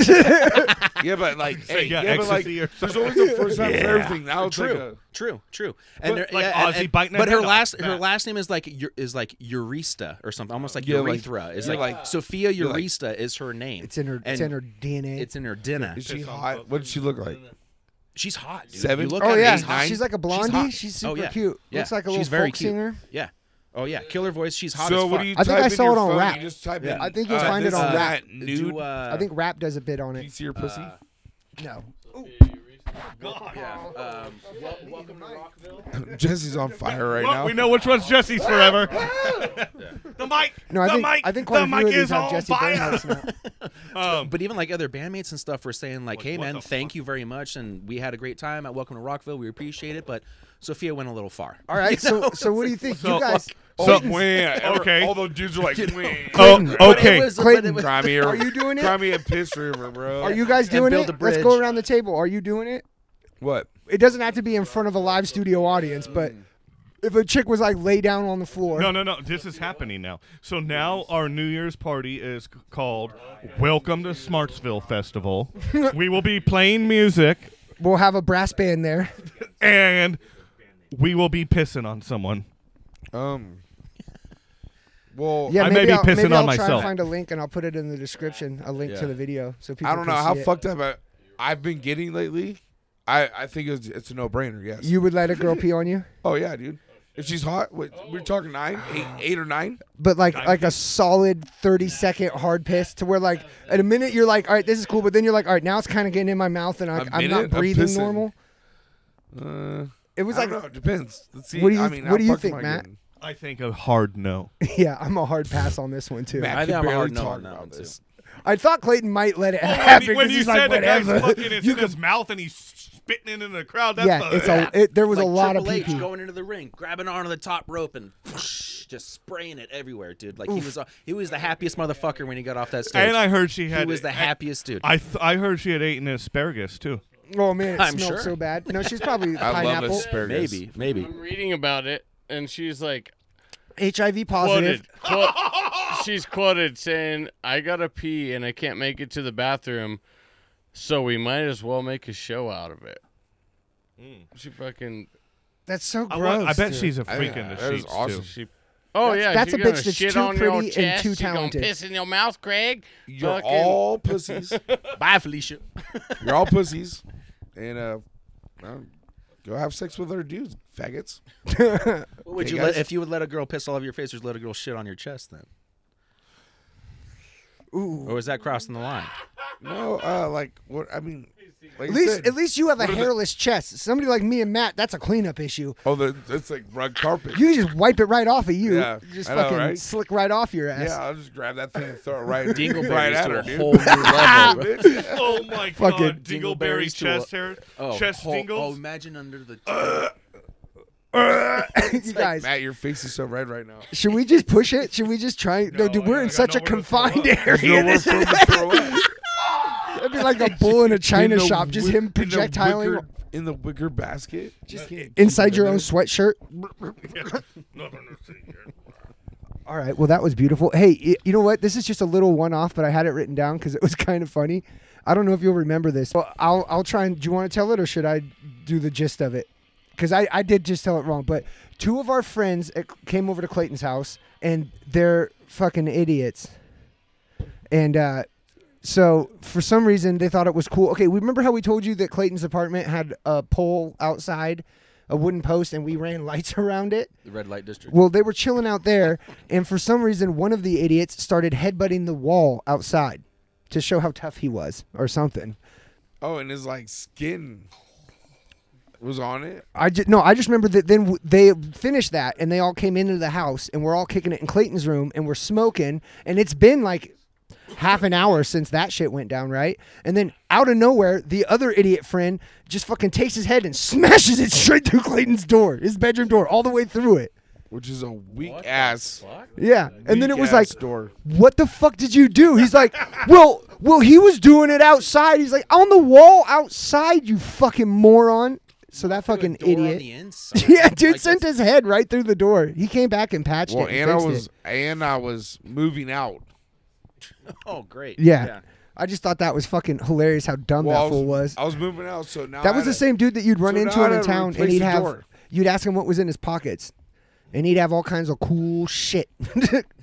Speaker 2: Yeah, but like, hey,
Speaker 3: yeah,
Speaker 2: yeah, but like,
Speaker 3: ecstasy or
Speaker 2: there's always a first time for everything. Now it's like
Speaker 5: True,
Speaker 2: a,
Speaker 5: Oh, true, true. And
Speaker 3: But,
Speaker 5: there-
Speaker 3: like,
Speaker 5: yeah, and-
Speaker 3: Ozzy
Speaker 5: and-
Speaker 3: biting her
Speaker 5: But her
Speaker 3: head off,
Speaker 5: last her
Speaker 3: that.
Speaker 5: last name is like Eu- is like Eurista or something, almost like
Speaker 2: Yeah, like-
Speaker 5: urethra. it's
Speaker 2: yeah,
Speaker 5: like,
Speaker 2: like-
Speaker 5: Sophia
Speaker 2: yeah, like-
Speaker 5: Eurista is her name.
Speaker 4: it's in her. It's
Speaker 5: And
Speaker 4: in her DNA.
Speaker 5: It's in her dinner.
Speaker 2: is she hot? What did she look like?
Speaker 5: She's hot. Dude.
Speaker 2: Seven?
Speaker 5: You look
Speaker 4: Oh
Speaker 5: at
Speaker 4: yeah,
Speaker 5: her, she's-
Speaker 4: she's like a blondie.
Speaker 5: hot.
Speaker 4: She's, super
Speaker 5: oh, yeah.
Speaker 4: cute.
Speaker 5: Yeah.
Speaker 4: Looks like a
Speaker 5: she's
Speaker 4: little
Speaker 5: very
Speaker 4: folk
Speaker 5: cute.
Speaker 4: singer.
Speaker 5: Yeah. Oh yeah, killer voice. She's hot as
Speaker 2: So
Speaker 5: fuck.
Speaker 2: what do you?
Speaker 4: I think
Speaker 2: type
Speaker 4: I
Speaker 2: in
Speaker 4: saw
Speaker 2: your
Speaker 4: it on
Speaker 2: phone,
Speaker 4: Rap.
Speaker 2: You just type
Speaker 5: Yeah.
Speaker 2: in,
Speaker 4: I think you'll
Speaker 2: uh,
Speaker 4: find it
Speaker 2: this
Speaker 4: on
Speaker 2: is
Speaker 4: Rap.
Speaker 2: That nude.
Speaker 5: Do, uh,
Speaker 4: I think rap does a bit on
Speaker 2: Can you
Speaker 4: it.
Speaker 2: see your pussy?
Speaker 4: No.
Speaker 5: Um, wel- welcome to Rockville.
Speaker 2: Jesse's on fire right
Speaker 3: Well,
Speaker 2: now.
Speaker 3: we know which one's Jesse's forever. the mic.
Speaker 4: No, I
Speaker 3: the
Speaker 4: think
Speaker 3: mic.
Speaker 4: I think
Speaker 3: the
Speaker 4: quite a
Speaker 3: mic
Speaker 4: few of
Speaker 3: is
Speaker 4: these have
Speaker 3: on
Speaker 4: Jesse
Speaker 3: fire.
Speaker 4: Bernhards now.
Speaker 3: Um,
Speaker 5: But even like other bandmates and stuff were saying like, "Hey
Speaker 3: what
Speaker 5: man,
Speaker 3: the
Speaker 5: thank you very much, and we had a great time at Welcome to Rockville. We appreciate it, but Sophia went a little far."
Speaker 4: All right, so so what do you think,
Speaker 3: So-
Speaker 4: you guys?
Speaker 2: Oh,
Speaker 3: So-
Speaker 2: man. Ever-
Speaker 3: Okay.
Speaker 2: All those dudes are like, man.
Speaker 3: oh,
Speaker 5: But it
Speaker 3: okay.
Speaker 5: was- but
Speaker 4: Clayton,
Speaker 5: it was-
Speaker 2: Cry me a,
Speaker 4: Are you doing it?
Speaker 2: Cry me a piss river, bro.
Speaker 4: Are you guys doing
Speaker 5: build
Speaker 4: it?
Speaker 5: a
Speaker 4: Let's
Speaker 5: bridge.
Speaker 4: go around the table. Are you doing it?
Speaker 2: What?
Speaker 4: It doesn't have to be in front of a live studio audience, but if a chick was like lay down on the floor,
Speaker 3: No, no, no. This is happening now. So now our New Year's party is c- called Welcome to Smartsville Festival. we will be playing music
Speaker 4: we'll have a brass band there.
Speaker 3: and we will be pissing on someone.
Speaker 2: Um. Well,
Speaker 4: Yeah,
Speaker 3: I may
Speaker 4: maybe
Speaker 3: be
Speaker 4: I'll,
Speaker 3: pissing on
Speaker 4: maybe I'll Try and
Speaker 3: myself.
Speaker 4: find a link and I'll put it in the description. A link to the video so people.
Speaker 2: I don't know
Speaker 4: can
Speaker 2: how
Speaker 4: see it.
Speaker 2: fucked up I, I've been getting lately. I, I think it's, it's a no brainer. Yes.
Speaker 4: You would let a girl pee on you,
Speaker 2: oh yeah, dude. If she's hot, what, we're talking nine, eight, eight or nine.
Speaker 4: but like like a solid thirty second hard piss to where like at a minute you're like, all right, this is cool, but then you're like, all right, now it's kind of getting in my mouth and I,
Speaker 2: A
Speaker 4: I'm
Speaker 2: minute
Speaker 4: not
Speaker 2: of
Speaker 4: breathing
Speaker 2: pissing.
Speaker 4: normal.
Speaker 2: Uh,
Speaker 4: It
Speaker 2: it's
Speaker 4: was
Speaker 2: like
Speaker 4: like,
Speaker 2: know, it depends. Let's see.
Speaker 4: What do you-
Speaker 2: I mean,
Speaker 4: what
Speaker 2: how
Speaker 4: do you
Speaker 2: fucked am
Speaker 4: think,
Speaker 2: I
Speaker 4: Matt?
Speaker 2: getting?
Speaker 3: I think a hard no.
Speaker 4: yeah, I'm a hard pass on this one too.
Speaker 2: Matt
Speaker 5: I
Speaker 2: I
Speaker 5: think
Speaker 2: can
Speaker 5: I'm a
Speaker 2: barely
Speaker 5: hard no
Speaker 2: talk
Speaker 5: on that
Speaker 2: about
Speaker 5: one, too.
Speaker 2: this.
Speaker 4: I thought Clayton might let it happen. 'cause he's like, whatever.
Speaker 3: you in his mouth and he's spitting it in the crowd, that's
Speaker 4: yeah, it's a. It, there was
Speaker 5: Like
Speaker 4: a lot
Speaker 5: Triple
Speaker 4: of pee
Speaker 5: H going into the ring, grabbing onto the top rope and just spraying it everywhere, dude. Like he was uh, he was the happiest motherfucker when he got off that stage.
Speaker 3: and I heard she
Speaker 5: he
Speaker 3: had.
Speaker 5: was the happiest dude.
Speaker 3: I th- I heard she had eaten asparagus too.
Speaker 4: Oh man, it
Speaker 5: I'm
Speaker 4: smelled
Speaker 5: sure.
Speaker 4: so bad. No, she's probably
Speaker 2: I love
Speaker 4: pineapple.
Speaker 2: asparagus.
Speaker 5: maybe, maybe.
Speaker 6: I'm reading about it, and she's like
Speaker 4: HIV positive.
Speaker 6: quoted. quote- she's quoted saying, "I gotta pee and I can't make it to the bathroom, so we might as well make a show out of it." She fucking.
Speaker 4: That's so
Speaker 3: I,
Speaker 4: gross.
Speaker 3: want- I bet
Speaker 4: dude.
Speaker 3: she's a
Speaker 2: I
Speaker 3: freak
Speaker 2: think
Speaker 3: in the
Speaker 2: that is
Speaker 3: sheets
Speaker 2: awesome.
Speaker 3: too.
Speaker 6: She. Oh yeah,
Speaker 4: that's
Speaker 6: she's
Speaker 4: a bitch
Speaker 6: gonna
Speaker 4: that's
Speaker 6: shit
Speaker 4: too
Speaker 6: on your
Speaker 4: pretty and
Speaker 6: chest,
Speaker 4: too
Speaker 6: she
Speaker 4: talented.
Speaker 6: Gonna piss in your mouth, Craig.
Speaker 2: You're
Speaker 6: Fucking-
Speaker 2: all pussies.
Speaker 5: Bye, Felicia.
Speaker 2: You're all pussies, and uh, well, go have sex with other dudes, faggots.
Speaker 5: What would
Speaker 2: Hey,
Speaker 5: you let,
Speaker 2: guys.
Speaker 5: if you would let a girl piss all over your face, or let a girl shit on your chest then?
Speaker 2: Oh,
Speaker 5: Or was that crossing the line?
Speaker 2: No, uh, like what? I mean, like
Speaker 4: At
Speaker 2: I
Speaker 4: least,
Speaker 2: said,
Speaker 4: at least you have a
Speaker 2: What are the-
Speaker 4: hairless chest. Somebody like me and Matt, that's a cleanup issue.
Speaker 2: Oh, the, it's like rug carpet.
Speaker 4: You just wipe it right off of you.
Speaker 2: Yeah,
Speaker 4: You just
Speaker 2: I know,
Speaker 4: fucking
Speaker 2: right?
Speaker 4: slick right off your ass.
Speaker 2: Yeah, I'll just grab that thing and throw it right,
Speaker 5: Dingleberries
Speaker 2: right at
Speaker 5: to
Speaker 2: her,
Speaker 5: a
Speaker 2: dude.
Speaker 5: whole new level. bro.
Speaker 2: Bitch.
Speaker 3: Oh my
Speaker 4: Fucking
Speaker 3: god,
Speaker 5: dingleberries
Speaker 3: Dingleberry's
Speaker 5: to a-
Speaker 3: chest hair,
Speaker 5: Oh,
Speaker 3: chest
Speaker 5: whole- Oh,
Speaker 3: dingles.
Speaker 5: imagine under the.
Speaker 4: you guys,
Speaker 2: Matt, your face is so red right now.
Speaker 4: should we just push it? Should we just try? No, dude,
Speaker 3: I-
Speaker 4: we're
Speaker 3: I
Speaker 4: in
Speaker 3: got
Speaker 4: such a
Speaker 3: nowhere to throw
Speaker 4: confined
Speaker 3: up.
Speaker 4: area.
Speaker 2: Nowhere
Speaker 4: This
Speaker 2: for him to throw up.
Speaker 4: would be like a bull in a china
Speaker 2: In the
Speaker 4: shop, just
Speaker 2: wick-
Speaker 4: him
Speaker 2: in the
Speaker 4: projectiling
Speaker 2: wicker- in the wicker basket. Just
Speaker 4: inside your own sweatshirt. All right. Well, that was beautiful. Hey, y- you know what? This is just a little one-off, but I had it written down because it was kind of funny. I don't know if you'll remember this. Well, I'll I'll try and. Do you want to tell it, or should I do the gist of it? Because I I did just tell it wrong. But two of our friends uh, came over to Clayton's house, and they're fucking idiots. And uh, so for some reason they thought it was cool. Okay, we remember how we told you that Clayton's apartment had a pole outside, a wooden post, and we ran lights around it.
Speaker 5: The red light district.
Speaker 4: Well, they were chilling out there, and for some reason, one of the idiots started headbutting the wall outside to show how tough he was, or something.
Speaker 2: Oh, and his like skin was on it.
Speaker 4: I just no, I just remember that then w- they finished that, and they all came into the house, and we're all kicking it in Clayton's room, and we're smoking, and it's been like half an hour since that shit went down, right? And then out of nowhere, the other idiot friend just fucking takes his head and smashes it straight through Clayton's door, his bedroom door, all the way through it.
Speaker 2: which is a weak ass.
Speaker 4: Yeah, and then it
Speaker 2: weak
Speaker 4: was like
Speaker 2: ass door.
Speaker 4: what the fuck did you do? He's like, well, well, he was doing it outside. He's like, on the wall outside, you fucking moron. So that
Speaker 5: Through a
Speaker 4: fucking
Speaker 5: door On the
Speaker 4: idiot.
Speaker 5: inside.
Speaker 4: Yeah, dude
Speaker 5: Like,
Speaker 4: sent
Speaker 5: that's-
Speaker 4: his head right through the door. He came back and patched
Speaker 2: Well,
Speaker 4: it. and
Speaker 2: and I
Speaker 4: fixed
Speaker 2: was
Speaker 4: it.
Speaker 2: and I was moving out.
Speaker 5: Oh, great.
Speaker 4: Yeah. I just thought that was fucking hilarious how dumb
Speaker 2: Well, I
Speaker 4: that fool was.
Speaker 2: I was moving out, so now I
Speaker 4: that was
Speaker 2: had
Speaker 4: the
Speaker 2: a-
Speaker 4: same dude that you'd run
Speaker 2: So now
Speaker 4: into
Speaker 2: I
Speaker 4: in
Speaker 2: had
Speaker 4: a
Speaker 2: to
Speaker 4: town and
Speaker 2: replace
Speaker 4: he'd
Speaker 2: the
Speaker 4: have
Speaker 2: door.
Speaker 4: you'd ask him what was in his pockets. And he'd have all kinds of cool shit.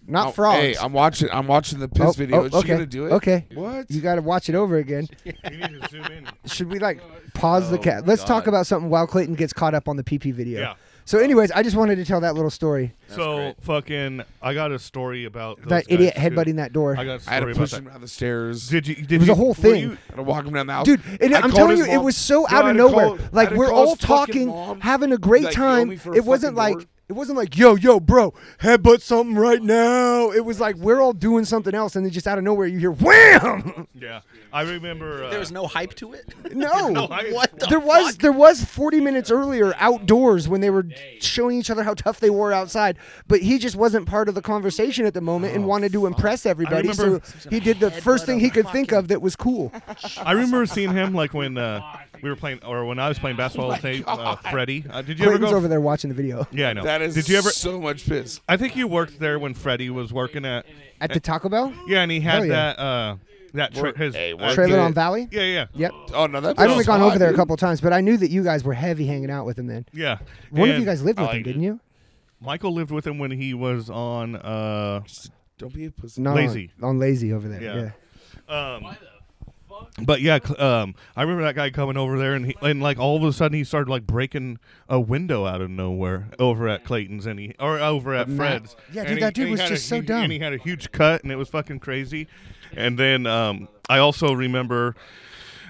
Speaker 4: Not
Speaker 2: Oh,
Speaker 4: frogs.
Speaker 2: Hey, I'm watching. I'm watching the piss
Speaker 4: Oh,
Speaker 2: video.
Speaker 4: oh,
Speaker 2: is
Speaker 4: okay,
Speaker 2: she gonna do it?
Speaker 4: okay.
Speaker 2: What?
Speaker 4: you gotta watch it over again.
Speaker 3: You need to zoom in.
Speaker 2: Oh
Speaker 4: Should we like pause the cat? Let's talk about something while Clayton gets caught up on the PP video.
Speaker 3: Yeah.
Speaker 4: So, anyways, I just wanted to tell that little story.
Speaker 3: so fucking, I got a story about those
Speaker 4: that idiot
Speaker 3: guys, too.
Speaker 4: headbutting that door.
Speaker 3: I got a
Speaker 2: I had
Speaker 3: story
Speaker 2: to
Speaker 3: about
Speaker 2: push him
Speaker 3: that.
Speaker 2: down the stairs.
Speaker 3: Did you? Did
Speaker 4: was a
Speaker 3: you,
Speaker 4: whole
Speaker 3: were
Speaker 4: thing.
Speaker 3: you-
Speaker 2: I had to walk him down the house.
Speaker 4: Dude, and
Speaker 2: I
Speaker 4: I'm
Speaker 2: called
Speaker 4: telling you,
Speaker 2: his
Speaker 4: it
Speaker 2: mom.
Speaker 4: was so
Speaker 2: Dude, I
Speaker 4: out
Speaker 2: had
Speaker 4: of
Speaker 2: to
Speaker 4: nowhere.
Speaker 2: call- I
Speaker 4: like
Speaker 2: had to
Speaker 4: we're
Speaker 2: call his
Speaker 4: all
Speaker 2: fucking
Speaker 4: talking,
Speaker 2: mom.
Speaker 4: having a great
Speaker 2: Like, you owe
Speaker 4: time.
Speaker 2: me for a
Speaker 4: It wasn't
Speaker 2: fucking
Speaker 4: like
Speaker 2: door.
Speaker 4: it wasn't like yo yo bro headbutt something right now. It was like we're all doing something else, and then just out of nowhere you hear wham.
Speaker 3: Yeah, I remember. Uh,
Speaker 5: There was no hype to it.
Speaker 4: No,
Speaker 3: I-
Speaker 5: what the
Speaker 4: there was there was 40 minutes earlier outdoors when they were showing each other how tough they were outside, but he just wasn't part of the conversation at the moment
Speaker 2: Oh,
Speaker 4: and wanted to impress everybody. So
Speaker 3: remember-
Speaker 4: he did the first thing he could think of that was cool.
Speaker 3: I remember seeing him like when uh, we were playing, or when I was Oh playing basketball with Tate, uh, Freddie. Uh, did you
Speaker 4: Clayton's
Speaker 3: ever go?
Speaker 4: over there watching the video
Speaker 3: Yeah, I know.
Speaker 2: That is
Speaker 3: did you ever?
Speaker 2: so much piss.
Speaker 3: I think you worked there when Freddie was working at.
Speaker 4: at the Taco Bell
Speaker 3: Yeah, and he had
Speaker 4: Hell yeah.
Speaker 3: that uh, that tra- his
Speaker 2: Hey,
Speaker 3: uh,
Speaker 4: trailer
Speaker 2: did-
Speaker 4: on Valley.
Speaker 3: Yeah, yeah,
Speaker 4: Yep.
Speaker 2: Oh no, that's
Speaker 4: I've only gone
Speaker 2: hot,
Speaker 4: over there a
Speaker 2: dude.
Speaker 4: couple times, but I knew that you guys were heavy hanging out with him then.
Speaker 3: yeah.
Speaker 4: One of you
Speaker 3: And
Speaker 4: guys lived with
Speaker 6: I
Speaker 4: him,
Speaker 6: did.
Speaker 4: didn't you?
Speaker 3: Michael lived with him when he was on. Uh,
Speaker 2: Don't be a pussy.
Speaker 4: No,
Speaker 3: Lazy.
Speaker 4: on, on lazy over there. Yeah.
Speaker 3: Yeah. but yeah, cl- um, I remember that guy coming over there, and he, and like all of a sudden he started like breaking a window out of nowhere over at Clayton's, and he or over at Fred's.
Speaker 4: Yeah,
Speaker 3: And
Speaker 4: dude,
Speaker 3: he-
Speaker 4: that dude
Speaker 3: and he
Speaker 4: was
Speaker 3: had a
Speaker 4: just so
Speaker 3: huge-
Speaker 4: dumb.
Speaker 3: And he had a huge cut, and it was fucking crazy. And then um, I also remember,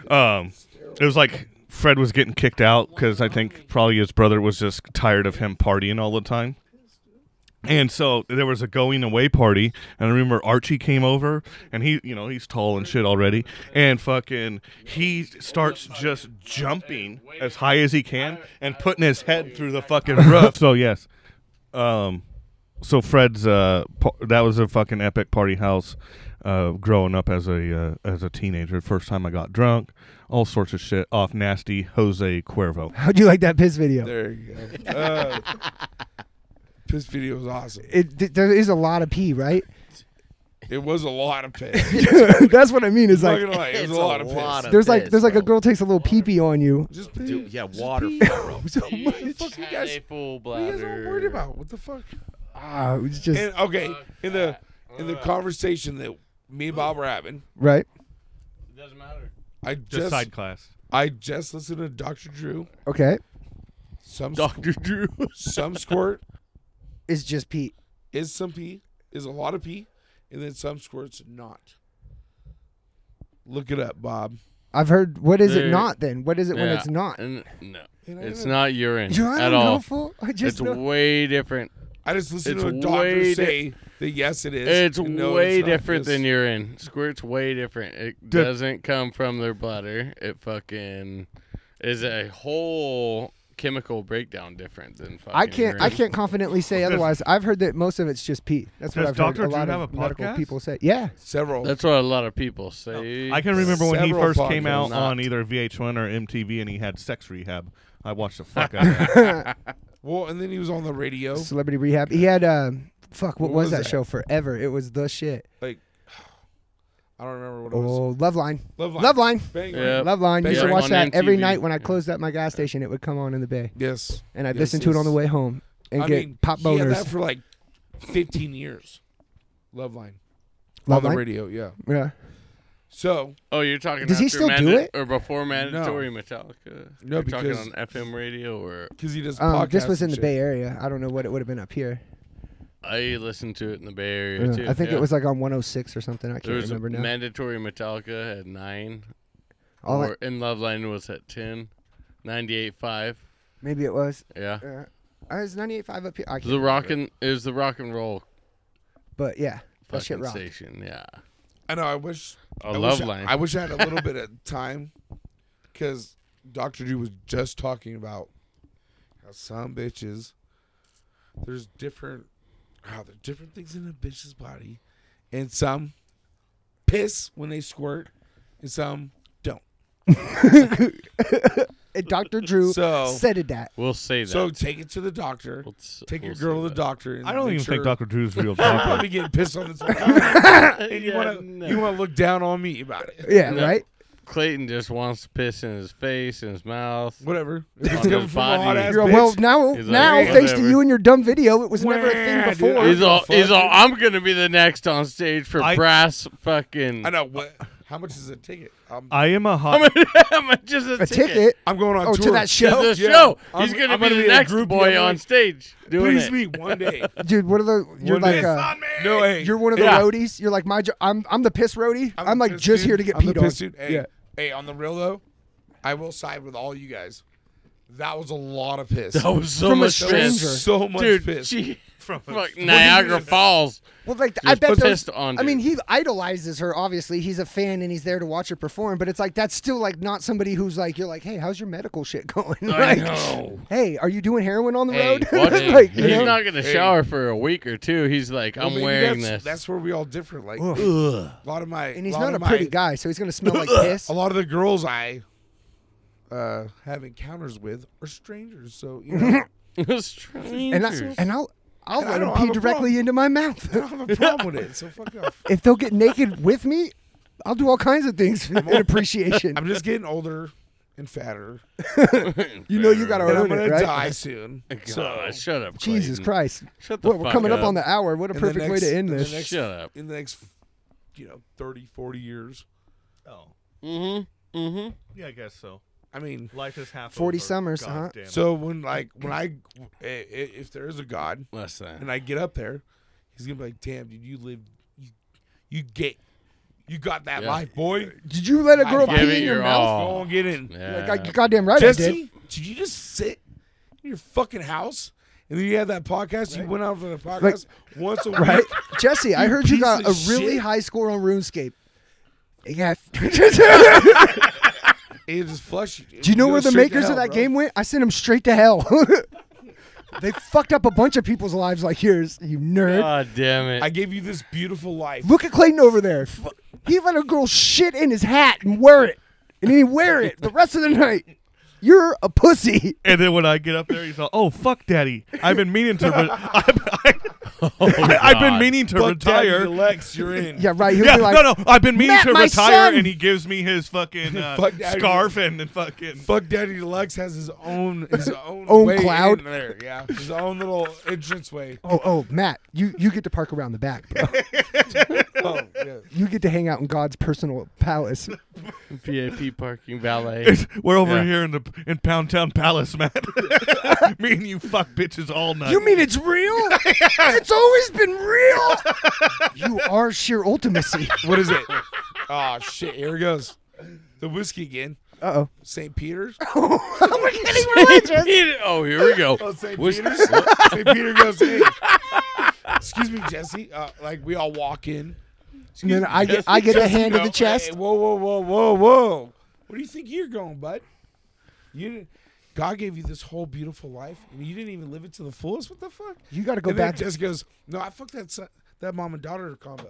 Speaker 3: um, it was like Fred was getting kicked out because I think probably his brother was just tired of him partying all the time. And so there was a going away party, and I remember Archie came over, and he, you know, he's tall and shit already, and fucking he starts just jumping as high as he can and putting his head through the fucking roof. so yes, um, so Fred's uh, pa- that was a fucking epic party house. Uh, growing up as a uh, as a teenager, first time I got drunk, all sorts of shit off nasty Jose Cuervo.
Speaker 4: How'd you like that piss video?
Speaker 2: There you go. Uh, piss video was awesome.
Speaker 4: It, th- there is a lot of pee, right?
Speaker 2: It was a lot of piss.
Speaker 4: That's what I mean. Is
Speaker 2: Not
Speaker 4: like
Speaker 2: gonna lie, it was
Speaker 5: It's
Speaker 2: a
Speaker 5: a
Speaker 2: lot of piss.
Speaker 5: lot of-
Speaker 4: there's like
Speaker 5: piss,
Speaker 4: there's like a
Speaker 5: bro.
Speaker 4: girl takes a little pee pee on you.
Speaker 2: Just piss.
Speaker 5: Dude, yeah,
Speaker 2: Just
Speaker 5: water.
Speaker 2: pee.
Speaker 4: So
Speaker 6: You
Speaker 4: much.
Speaker 2: fuck you
Speaker 6: had
Speaker 2: guys-
Speaker 6: a full
Speaker 2: What are you guys all
Speaker 6: bladder.
Speaker 2: worried about? What the fuck?
Speaker 4: Ah, it was just
Speaker 2: And okay, in the in the conversation that me and Bob were having,
Speaker 4: right.
Speaker 6: Doesn't matter.
Speaker 2: I
Speaker 3: Just
Speaker 2: just
Speaker 3: side class.
Speaker 2: I just listened to Dr. Drew.
Speaker 4: Okay,
Speaker 2: Some
Speaker 6: Dr. Drew.
Speaker 2: some squirt
Speaker 4: it's just pee.
Speaker 2: is some pee, is a lot of pee, and then some squirt's not. Look it up, Bob.
Speaker 4: I've heard. What is it
Speaker 6: Dude.
Speaker 4: not then? What is it when
Speaker 6: Yeah,
Speaker 4: it's not?
Speaker 6: and- no,
Speaker 2: And I
Speaker 6: it's
Speaker 2: don't-
Speaker 6: not urine
Speaker 4: Do I
Speaker 6: at
Speaker 4: don't know,
Speaker 6: all.
Speaker 4: fool? I just
Speaker 6: It's
Speaker 4: know.
Speaker 6: way different.
Speaker 2: I just listened
Speaker 6: It's
Speaker 2: to a doctor
Speaker 6: way
Speaker 2: say that yes, it is.
Speaker 6: It's
Speaker 2: and no,
Speaker 6: way
Speaker 2: not.
Speaker 6: different
Speaker 2: Yes.
Speaker 6: than urine. Squirt's way different. It
Speaker 3: Dude.
Speaker 6: doesn't come from their bladder. It fucking is a whole chemical breakdown different than fucking.
Speaker 4: I can't. I
Speaker 6: urine.
Speaker 4: can't confidently say otherwise. I've heard that most of it's just pee. That's what
Speaker 3: Does
Speaker 4: I've
Speaker 3: Dr.
Speaker 4: heard. A
Speaker 3: Drew
Speaker 4: lot
Speaker 3: have
Speaker 4: of
Speaker 3: a
Speaker 4: medical
Speaker 3: podcast?
Speaker 4: people say. Yeah,
Speaker 2: Several.
Speaker 6: That's what a lot of people say.
Speaker 3: I can remember when he
Speaker 2: Several
Speaker 3: first
Speaker 2: podcasts.
Speaker 3: came out
Speaker 6: Not.
Speaker 3: on either VH1 or MTV, and he had sex rehab. I watched the fuck out of that.
Speaker 2: well, and then he was on the radio.
Speaker 4: Celebrity Rehab. He had. Um, fuck. What,
Speaker 2: Oh. What
Speaker 4: was,
Speaker 2: was
Speaker 4: that,
Speaker 2: that?
Speaker 4: show? Forever. It was the shit.
Speaker 2: Like, I don't remember what it was.
Speaker 4: Oh, Love Line.
Speaker 2: Love line.
Speaker 4: Love Line.
Speaker 2: Bang,
Speaker 6: Yeah.
Speaker 2: Line.
Speaker 4: Love Line. You
Speaker 2: Bang
Speaker 4: should
Speaker 2: Line
Speaker 4: watch
Speaker 6: on
Speaker 4: that every
Speaker 6: MTV.
Speaker 4: night when I closed at my gas station. It would come on in the bay,
Speaker 2: Yes.
Speaker 4: and I'd
Speaker 2: Yes,
Speaker 4: listen to it on the
Speaker 2: yes.
Speaker 4: way home and
Speaker 2: I
Speaker 4: get
Speaker 2: mean,
Speaker 4: pop
Speaker 2: He had
Speaker 4: boners.
Speaker 2: that for like 15 years. Love line.
Speaker 4: Love
Speaker 2: on the
Speaker 4: Line?
Speaker 2: radio, yeah.
Speaker 4: Yeah.
Speaker 2: So
Speaker 6: Oh, you're talking.
Speaker 4: Does he
Speaker 6: after
Speaker 4: still do
Speaker 6: manda-
Speaker 4: it?
Speaker 6: or before mandatory Metallica?
Speaker 2: No,
Speaker 6: you're
Speaker 2: because-
Speaker 6: talking on FM radio or
Speaker 2: because he does.
Speaker 4: Um,
Speaker 2: podcasts
Speaker 4: this was in
Speaker 2: and
Speaker 4: the
Speaker 2: shit.
Speaker 4: Bay Area. I don't know what it would have been up here.
Speaker 6: I listened to it in the Bay Area
Speaker 4: Yeah.
Speaker 6: too.
Speaker 4: I think
Speaker 6: yeah.
Speaker 4: it was like on 106 or something. I can't
Speaker 6: There was
Speaker 4: remember now.
Speaker 6: mandatory Metallica at nine.
Speaker 4: All I-
Speaker 6: or in Love Line was at 10, 98.5.
Speaker 4: maybe it was.
Speaker 6: Yeah.
Speaker 4: Uh, I was 98.5 up here. I can't
Speaker 6: The
Speaker 4: remember.
Speaker 6: rock and it was the rock and roll
Speaker 4: But yeah, that shit
Speaker 6: fucking
Speaker 4: rocked.
Speaker 6: station. Yeah.
Speaker 2: I know. I wish.
Speaker 6: A
Speaker 2: I wish
Speaker 6: love
Speaker 2: I-
Speaker 6: line.
Speaker 2: I wish I had a little bit of time, because Doctor Drew was just talking about how some bitches, there's different, how there are different things in a bitch's body, and some piss when they squirt, and some don't.
Speaker 4: And Dr. Drew
Speaker 2: So-
Speaker 4: said that.
Speaker 6: we'll say that.
Speaker 2: So take it to the doctor.
Speaker 6: We'll s-
Speaker 2: take your
Speaker 6: we'll
Speaker 2: girl to
Speaker 6: say
Speaker 2: the
Speaker 6: that.
Speaker 2: doctor. And
Speaker 3: I don't
Speaker 2: make
Speaker 3: even
Speaker 2: sure,
Speaker 3: think Dr. Drew's real
Speaker 2: I'm
Speaker 3: doctor.
Speaker 2: probably getting pissed on this. and you
Speaker 6: Yeah,
Speaker 2: want to
Speaker 6: no.
Speaker 2: you want to look down on me about it.
Speaker 4: Yeah,
Speaker 6: No.
Speaker 4: right?
Speaker 6: Clayton just wants to piss in his face, in his mouth.
Speaker 2: Whatever. If
Speaker 6: On
Speaker 2: it's
Speaker 6: his
Speaker 2: coming from a
Speaker 6: body.
Speaker 2: hot ass
Speaker 4: You're, well,
Speaker 2: bitch,
Speaker 4: now,
Speaker 6: He's like,
Speaker 4: now
Speaker 6: "Whatever."
Speaker 4: thanks to you and your dumb video, it was never a thing
Speaker 2: Wah, dude.
Speaker 4: before.
Speaker 6: He's all, he's
Speaker 2: fuck?
Speaker 6: all, I'm going to be the next on stage for
Speaker 3: I-
Speaker 6: brass fucking.
Speaker 2: I know what. How much is a ticket? I'm,
Speaker 3: I am a
Speaker 6: How
Speaker 3: hot.
Speaker 6: much how much is
Speaker 4: A ticket?
Speaker 2: I'm going on
Speaker 4: Oh,
Speaker 2: tour.
Speaker 4: to that
Speaker 6: To
Speaker 4: show?
Speaker 6: the
Speaker 2: Yeah.
Speaker 6: show.
Speaker 2: I'm-
Speaker 6: He's gonna
Speaker 2: I'm
Speaker 6: be
Speaker 2: gonna
Speaker 6: the
Speaker 2: be in a
Speaker 6: next
Speaker 2: group
Speaker 6: boy
Speaker 2: the other
Speaker 6: on
Speaker 2: week.
Speaker 6: stage doing
Speaker 2: Please
Speaker 6: it.
Speaker 2: meet one day.
Speaker 4: Dude, what are the. You're
Speaker 2: One
Speaker 4: like
Speaker 2: day.
Speaker 4: a.
Speaker 2: No, hey,
Speaker 4: You're one of the
Speaker 6: Yeah.
Speaker 4: roadies. You're like my. Jo- I'm I'm the piss roadie. I'm,
Speaker 2: the
Speaker 4: like
Speaker 2: piss
Speaker 4: just
Speaker 2: dude.
Speaker 4: here to get
Speaker 2: I'm the
Speaker 4: peed on.
Speaker 2: piss dude. Hey,
Speaker 4: Yeah.
Speaker 2: hey, on the real though, I will side with all you guys. That was a lot of piss.
Speaker 6: That was so
Speaker 4: From a
Speaker 6: much
Speaker 4: stranger.
Speaker 6: piss.
Speaker 2: so much
Speaker 6: Dude,
Speaker 2: piss.
Speaker 6: she from
Speaker 2: What do you
Speaker 6: Niagara
Speaker 2: mean?
Speaker 6: Falls.
Speaker 4: Well, like I
Speaker 6: Just
Speaker 4: bet those,
Speaker 6: pissed on
Speaker 4: I mean,
Speaker 6: dude.
Speaker 4: he idolizes her. Obviously, he's a fan and he's there to watch her perform. But it's like that's still like not somebody who's like you're like, hey, how's your medical shit going? like,
Speaker 2: Oh,
Speaker 6: know.
Speaker 4: hey, are you doing heroin on the
Speaker 6: Hey,
Speaker 4: road?
Speaker 6: watch it.
Speaker 4: like, you
Speaker 6: he's
Speaker 4: know?
Speaker 6: not gonna shower for a week or two. He's like,
Speaker 2: Well,
Speaker 6: I'm
Speaker 2: maybe
Speaker 6: wearing
Speaker 2: that's,
Speaker 6: this.
Speaker 2: That's where we all differ. Like a lot of my
Speaker 4: and he's
Speaker 2: lot
Speaker 4: not
Speaker 2: of
Speaker 4: a pretty
Speaker 2: my-
Speaker 4: guy, so he's gonna smell like piss.
Speaker 2: A lot of the girls I uh, have encounters with are strangers. So you know,
Speaker 4: And I
Speaker 6: Strangers.
Speaker 4: and I'll I'll
Speaker 2: And I
Speaker 4: let him
Speaker 2: don't
Speaker 4: pee
Speaker 2: have a
Speaker 4: directly
Speaker 2: problem.
Speaker 4: into my mouth.
Speaker 2: I don't have a problem with it. So fuck off.
Speaker 4: if they'll get naked with me, I'll do all kinds of things in appreciation.
Speaker 2: I'm just getting older and fatter,
Speaker 4: you know you gotta
Speaker 2: and I'm
Speaker 4: earn
Speaker 2: gonna
Speaker 4: it, right?
Speaker 2: die soon.
Speaker 6: God, shut up,
Speaker 4: Jesus
Speaker 6: Clayton.
Speaker 4: Christ!
Speaker 6: Shut the
Speaker 4: What, we're
Speaker 6: fuck
Speaker 4: coming up.
Speaker 6: up.
Speaker 4: on the hour. What a
Speaker 2: In the
Speaker 4: perfect way
Speaker 2: next-
Speaker 4: to end
Speaker 2: in the
Speaker 4: this.
Speaker 2: next-
Speaker 6: Shut up.
Speaker 2: In the next, you know, 30, 40 years.
Speaker 6: Mm-hmm. Mm-hmm.
Speaker 3: Oh. Yeah, I guess so.
Speaker 2: I mean,
Speaker 3: Life is half.
Speaker 4: 40 over. summers, God huh?
Speaker 2: so when like when I, i- i- if there is a God,
Speaker 6: Less than.
Speaker 2: and I get up there, he's gonna be like, "Damn, dude, you lived, you, you get, you got that
Speaker 6: Yeah.
Speaker 2: life, boy.
Speaker 4: Did you let a girl
Speaker 2: Give
Speaker 6: Give
Speaker 4: pee
Speaker 6: it
Speaker 4: in your
Speaker 6: your
Speaker 4: mouth?
Speaker 2: Go
Speaker 6: all.
Speaker 2: on, get in."
Speaker 6: Yeah.
Speaker 4: Like, I, goddamn right I did.
Speaker 2: Jesse, did you just sit in your fucking house and then you had that podcast? You went out for the podcast once a week.
Speaker 4: Right? Jesse, I heard you
Speaker 2: piece
Speaker 4: got a
Speaker 2: of
Speaker 4: really
Speaker 2: shit.
Speaker 4: high score on RuneScape. Yeah. Do
Speaker 2: And it just flushed you.
Speaker 4: you know where the makers of that game went? I sent them straight to hell. they fucked up a bunch of people's lives like yours, you nerd.
Speaker 6: God damn it.
Speaker 2: I gave you this beautiful life.
Speaker 4: Look at Clayton over there. He let a girl shit in his hat and wear it. And then he wear it the rest of the night. You're a pussy.
Speaker 3: And then when I get up there, he's all, "Oh fuck, daddy! I've been meaning to. Re- I, I, I, have been
Speaker 6: Oh, God.
Speaker 3: meaning to
Speaker 2: Oh, Fuck Daddy
Speaker 3: retire."
Speaker 2: Lex, you're in.
Speaker 4: Yeah, right. He'll
Speaker 3: yeah,
Speaker 4: be like,
Speaker 3: no, no. I've been meaning
Speaker 4: "Matt,
Speaker 3: to
Speaker 4: my
Speaker 3: retire,
Speaker 4: son!"
Speaker 3: and he gives me his fucking uh,
Speaker 2: Fuck Daddy.
Speaker 3: scarf and, and fucking.
Speaker 2: Fuck Daddy Deluxe has his own his own,
Speaker 4: Own
Speaker 2: way
Speaker 4: cloud?
Speaker 2: in there, yeah, his own little entrance way.
Speaker 4: Oh, oh, Matt, you, you get to park around the back, bro.
Speaker 2: Oh, yeah.
Speaker 4: You get to hang out in God's personal palace.
Speaker 6: VIP parking valet.
Speaker 3: It's- We're over
Speaker 6: Yeah.
Speaker 3: here in the in Pound Town Palace, man. me and you fuck bitches all night.
Speaker 4: You mean it's real? it's always been real. you are sheer ultimacy.
Speaker 2: What is it? oh shit! Here it goes. The whiskey again.
Speaker 4: Uh oh.
Speaker 2: St. Peter's.
Speaker 4: We're getting religious.
Speaker 6: oh, here we go.
Speaker 2: Oh, St.
Speaker 6: Whis-
Speaker 2: Peter's. St. Peter goes, hey, excuse me, Jesse. Uh, like, we all walk in.
Speaker 4: And then I get I get a hand
Speaker 2: You
Speaker 4: to
Speaker 2: know,
Speaker 4: the chest.
Speaker 2: "Hey, whoa, whoa, whoa, whoa, whoa. Where do you think you're going, bud? You didn't, God gave you this whole beautiful life, and you didn't even live it to the fullest? What the fuck?
Speaker 4: You got to go
Speaker 2: and then
Speaker 4: back.
Speaker 2: Jesse goes, no, I fucked that, son, that mom and daughter combo.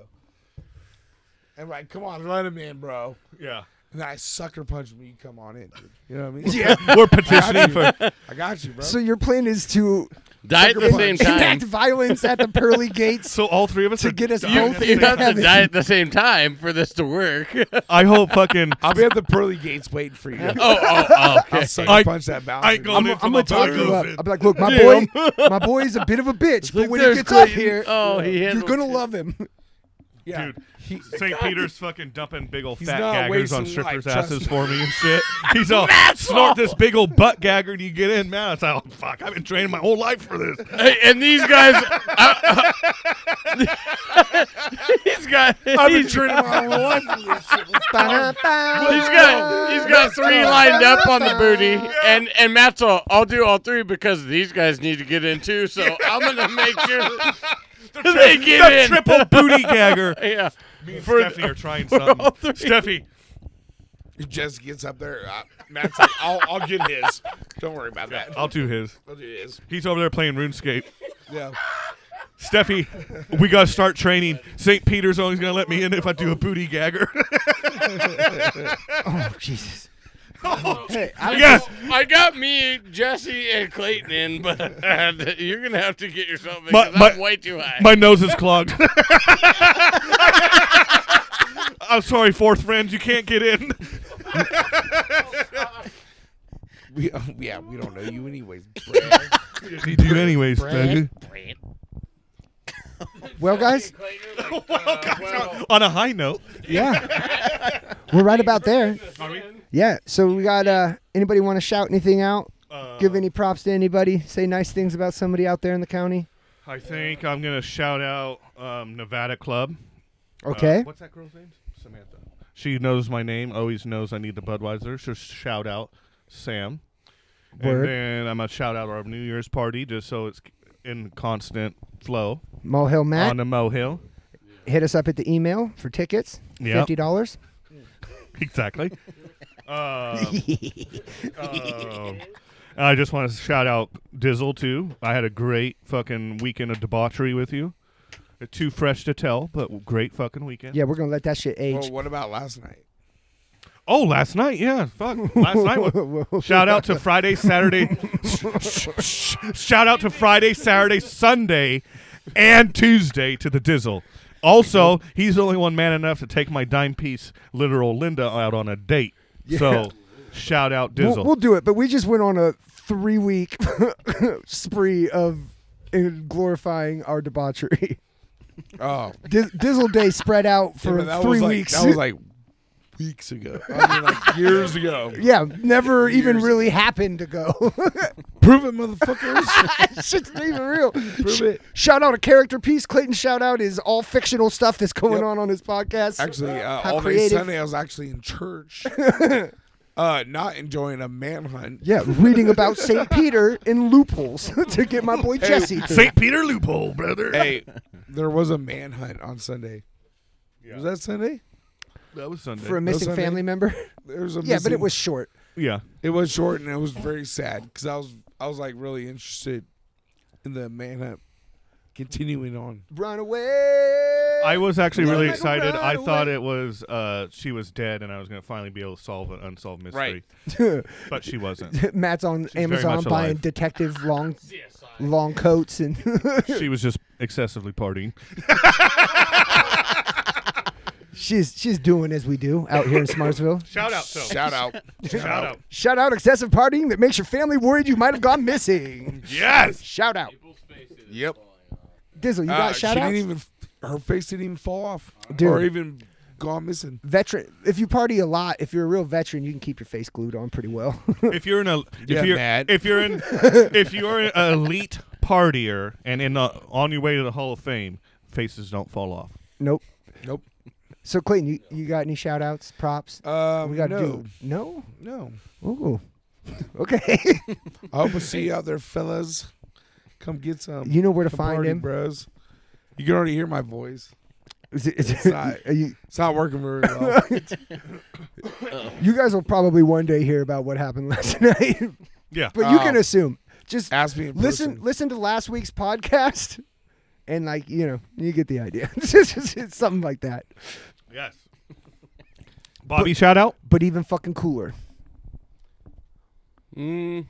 Speaker 2: And like, come on, let him in, bro.
Speaker 3: Yeah.
Speaker 2: And then I sucker punch him, you come on in. Dude. You know what I mean?
Speaker 4: Yeah.
Speaker 3: We're petitioning for.
Speaker 2: I got you, bro.
Speaker 4: So your plan is to
Speaker 6: Die at the same time.
Speaker 4: enact violence at the pearly gates.
Speaker 3: So all three of us
Speaker 4: To
Speaker 3: are
Speaker 4: get us
Speaker 3: dying
Speaker 4: both
Speaker 3: at the
Speaker 6: You
Speaker 3: same
Speaker 6: have to
Speaker 4: Heaven.
Speaker 6: die at the same time for this to work. oh,
Speaker 3: I hope fucking.
Speaker 2: I'll be at the pearly gates waiting for you.
Speaker 6: oh, oh.
Speaker 2: I'll
Speaker 6: Okay.
Speaker 2: sucker
Speaker 3: I-
Speaker 2: punch that bouncer.
Speaker 3: I ain't
Speaker 2: dude.
Speaker 3: gonna-
Speaker 4: I'm,
Speaker 3: in
Speaker 4: I'm
Speaker 3: for
Speaker 4: gonna
Speaker 3: my
Speaker 4: talk you
Speaker 3: tacos
Speaker 4: up. I'll
Speaker 3: and-
Speaker 4: be like, look, my boy,
Speaker 6: Damn.
Speaker 4: my boy is a bit of a bitch, but
Speaker 6: Look,
Speaker 4: when he
Speaker 6: there's
Speaker 4: gets up
Speaker 6: Clayton.
Speaker 4: here,
Speaker 6: oh, he
Speaker 4: you're
Speaker 6: handled-
Speaker 4: gonna love him.
Speaker 2: Yeah.
Speaker 3: Dude, St. Peter's fucking dumping big old
Speaker 2: He's
Speaker 3: fat
Speaker 2: not
Speaker 3: gaggers on
Speaker 2: wasting
Speaker 3: strippers'
Speaker 2: life, trust
Speaker 3: asses
Speaker 2: me.
Speaker 3: for me and shit. He's all snort this big old butt gagger and you get in, man. It's like, oh, fuck, I've been training my whole life for this.
Speaker 6: Hey, and these guys, I- I- these guys,
Speaker 2: I've been
Speaker 6: he's,
Speaker 2: training my whole life for this shit. Let's go.
Speaker 6: he's got he's got three lined up on the booty, and and Matt's all, I'll do all three because these guys need to get in too. So I'm gonna make sure they get
Speaker 3: the
Speaker 6: in.
Speaker 3: triple booty gagger.
Speaker 6: yeah,
Speaker 3: Me and
Speaker 6: For-
Speaker 3: Stephanie are trying something.
Speaker 6: all three.
Speaker 3: Steffi,
Speaker 2: If Jess gets up there, uh, Matt's like, I'll, I'll get his. Don't worry about that.
Speaker 3: I'll do his.
Speaker 2: I'll do his.
Speaker 3: He's over there playing RuneScape.
Speaker 2: Yeah.
Speaker 3: Steffi, we gotta start training. St. Peter's only gonna let me in if I do a booty gagger.
Speaker 4: Oh Jesus. Hey, I,
Speaker 3: yes,
Speaker 6: I got me Jesse and Clayton in, but you're gonna have to get yourself in
Speaker 3: My-
Speaker 6: 'cause
Speaker 3: my-
Speaker 6: I'm way too high.
Speaker 3: my nose is clogged. I'm sorry, fourth friend, you can't get in.
Speaker 2: We, uh, yeah, we don't know you anyways. Brad.
Speaker 3: You do anyways,
Speaker 6: Brad.
Speaker 4: Well, guys,
Speaker 3: well, guys, on- on a high note,
Speaker 4: yeah, we're right about there. Yeah. So we got. uh Anybody want to shout anything out?
Speaker 3: Uh,
Speaker 4: Give any props to anybody? Say nice things about somebody out there in the county?
Speaker 3: I think I'm gonna shout out um, Nevada Club. Uh,
Speaker 4: Okay.
Speaker 3: what's that girl's name? Samantha. She knows my name. Always knows I need the Budweiser. So shout out Sam. And
Speaker 4: Word.
Speaker 3: then I'm gonna shout out our New Year's party just so it's in constant flow
Speaker 4: Mohill Matt,
Speaker 3: on the Mohill.
Speaker 4: hit us up at the email for tickets.
Speaker 3: Yep.
Speaker 4: Fifty dollars.
Speaker 3: exactly. Um, um, I just want to shout out Dizzle too. I had a great fucking weekend of debauchery with you. Too fresh to tell, but great fucking weekend.
Speaker 4: Yeah, we're gonna let that shit
Speaker 2: Well,
Speaker 4: age.
Speaker 2: what about last night?
Speaker 3: Oh, last night, yeah, fuck, last night. was- shout out to Friday, Saturday. shout out to Friday, Saturday, Sunday, and Tuesday to the Dizzle. Also, he's the only one man enough to take my dime piece literal Linda out on a date. So, shout out Dizzle.
Speaker 4: We'll, we'll do it, but we just went on a three week spree of uh, glorifying our debauchery.
Speaker 2: Oh,
Speaker 4: Diz- Dizzle Day spread out
Speaker 2: yeah,
Speaker 4: for
Speaker 2: but that
Speaker 4: three
Speaker 2: was like,
Speaker 4: weeks.
Speaker 2: That was like weeks ago. I mean, like years ago.
Speaker 4: yeah, never even really happened to go.
Speaker 2: Prove it, motherfuckers.
Speaker 4: Shit's not even real. Sh-
Speaker 2: it.
Speaker 4: Shout out a character piece. Clayton shout out is all fictional stuff that's going
Speaker 2: Yep.
Speaker 4: on on his podcast.
Speaker 2: actually, uh,
Speaker 4: How
Speaker 2: all day
Speaker 4: creative.
Speaker 2: Sunday, I was actually in church, uh, not enjoying a manhunt.
Speaker 4: yeah, reading about St. Peter in loopholes to get my boy Jesse. through.
Speaker 3: St. Peter loophole, brother.
Speaker 2: Hey, there was a manhunt on Sunday. Was that Sunday?
Speaker 3: that was Sunday.
Speaker 4: for a missing
Speaker 2: Sunday.
Speaker 4: family member.
Speaker 2: There was a
Speaker 4: Yeah, but it
Speaker 2: missing-
Speaker 4: was short.
Speaker 3: yeah,
Speaker 2: It was short and it was very sad because I was I was like really interested in the manhunt continuing on.
Speaker 4: Run away.
Speaker 3: I was actually really
Speaker 4: Like a
Speaker 3: excited. I thought
Speaker 4: runaway.
Speaker 3: it was uh, she was dead, and I was gonna finally be able to solve an unsolved mystery. But she wasn't.
Speaker 4: Matt's on
Speaker 3: very
Speaker 4: Amazon
Speaker 3: much
Speaker 4: buying
Speaker 3: alive.
Speaker 4: detective long long coats and
Speaker 3: she was just excessively partying.
Speaker 4: she's she's doing as we do out here in Smartsville.
Speaker 3: Shout out, so.
Speaker 2: Shout out.
Speaker 3: Shout out.
Speaker 4: Shout out excessive partying that makes your family worried you might have gone missing.
Speaker 3: Yes.
Speaker 4: Shout out.
Speaker 2: Yep.
Speaker 4: Dizzle, you
Speaker 2: Uh,
Speaker 4: got shout
Speaker 2: she
Speaker 4: outs?
Speaker 2: didn't even her face didn't even fall off
Speaker 4: Dude.
Speaker 2: or even gone missing.
Speaker 4: veteran if you party a lot, if you're a real veteran, you can keep your face glued on pretty well.
Speaker 3: If you're in a, if
Speaker 2: Yeah,
Speaker 3: you're,
Speaker 2: Matt.
Speaker 3: if you're in, if you're an elite partier and in the, on your way to the Hall of Fame, faces don't fall off.
Speaker 4: nope.
Speaker 2: Nope.
Speaker 4: So Clayton, you, you got any shout outs, props?
Speaker 2: Um,
Speaker 4: we got to
Speaker 2: no,
Speaker 4: do No?
Speaker 2: no.
Speaker 4: Ooh. Okay.
Speaker 2: I hope I see you out there, fellas. Come get some.
Speaker 4: you know where to
Speaker 2: Come
Speaker 4: find
Speaker 2: party,
Speaker 4: him.
Speaker 2: bros. You can already hear my voice.
Speaker 4: Is it- is it-
Speaker 2: not-
Speaker 4: are you,
Speaker 2: It's not working very well.
Speaker 4: you guys will probably one day hear about what happened last night.
Speaker 3: Yeah.
Speaker 4: But you
Speaker 2: Oh.
Speaker 4: can assume. Just
Speaker 2: Ask me in
Speaker 4: listen.
Speaker 2: person.
Speaker 4: Listen to last week's podcast, and like you know, you get the idea. it's, just- it's something like that,
Speaker 3: Yes. Bobby, shout out.
Speaker 4: but even fucking cooler.
Speaker 6: Mm.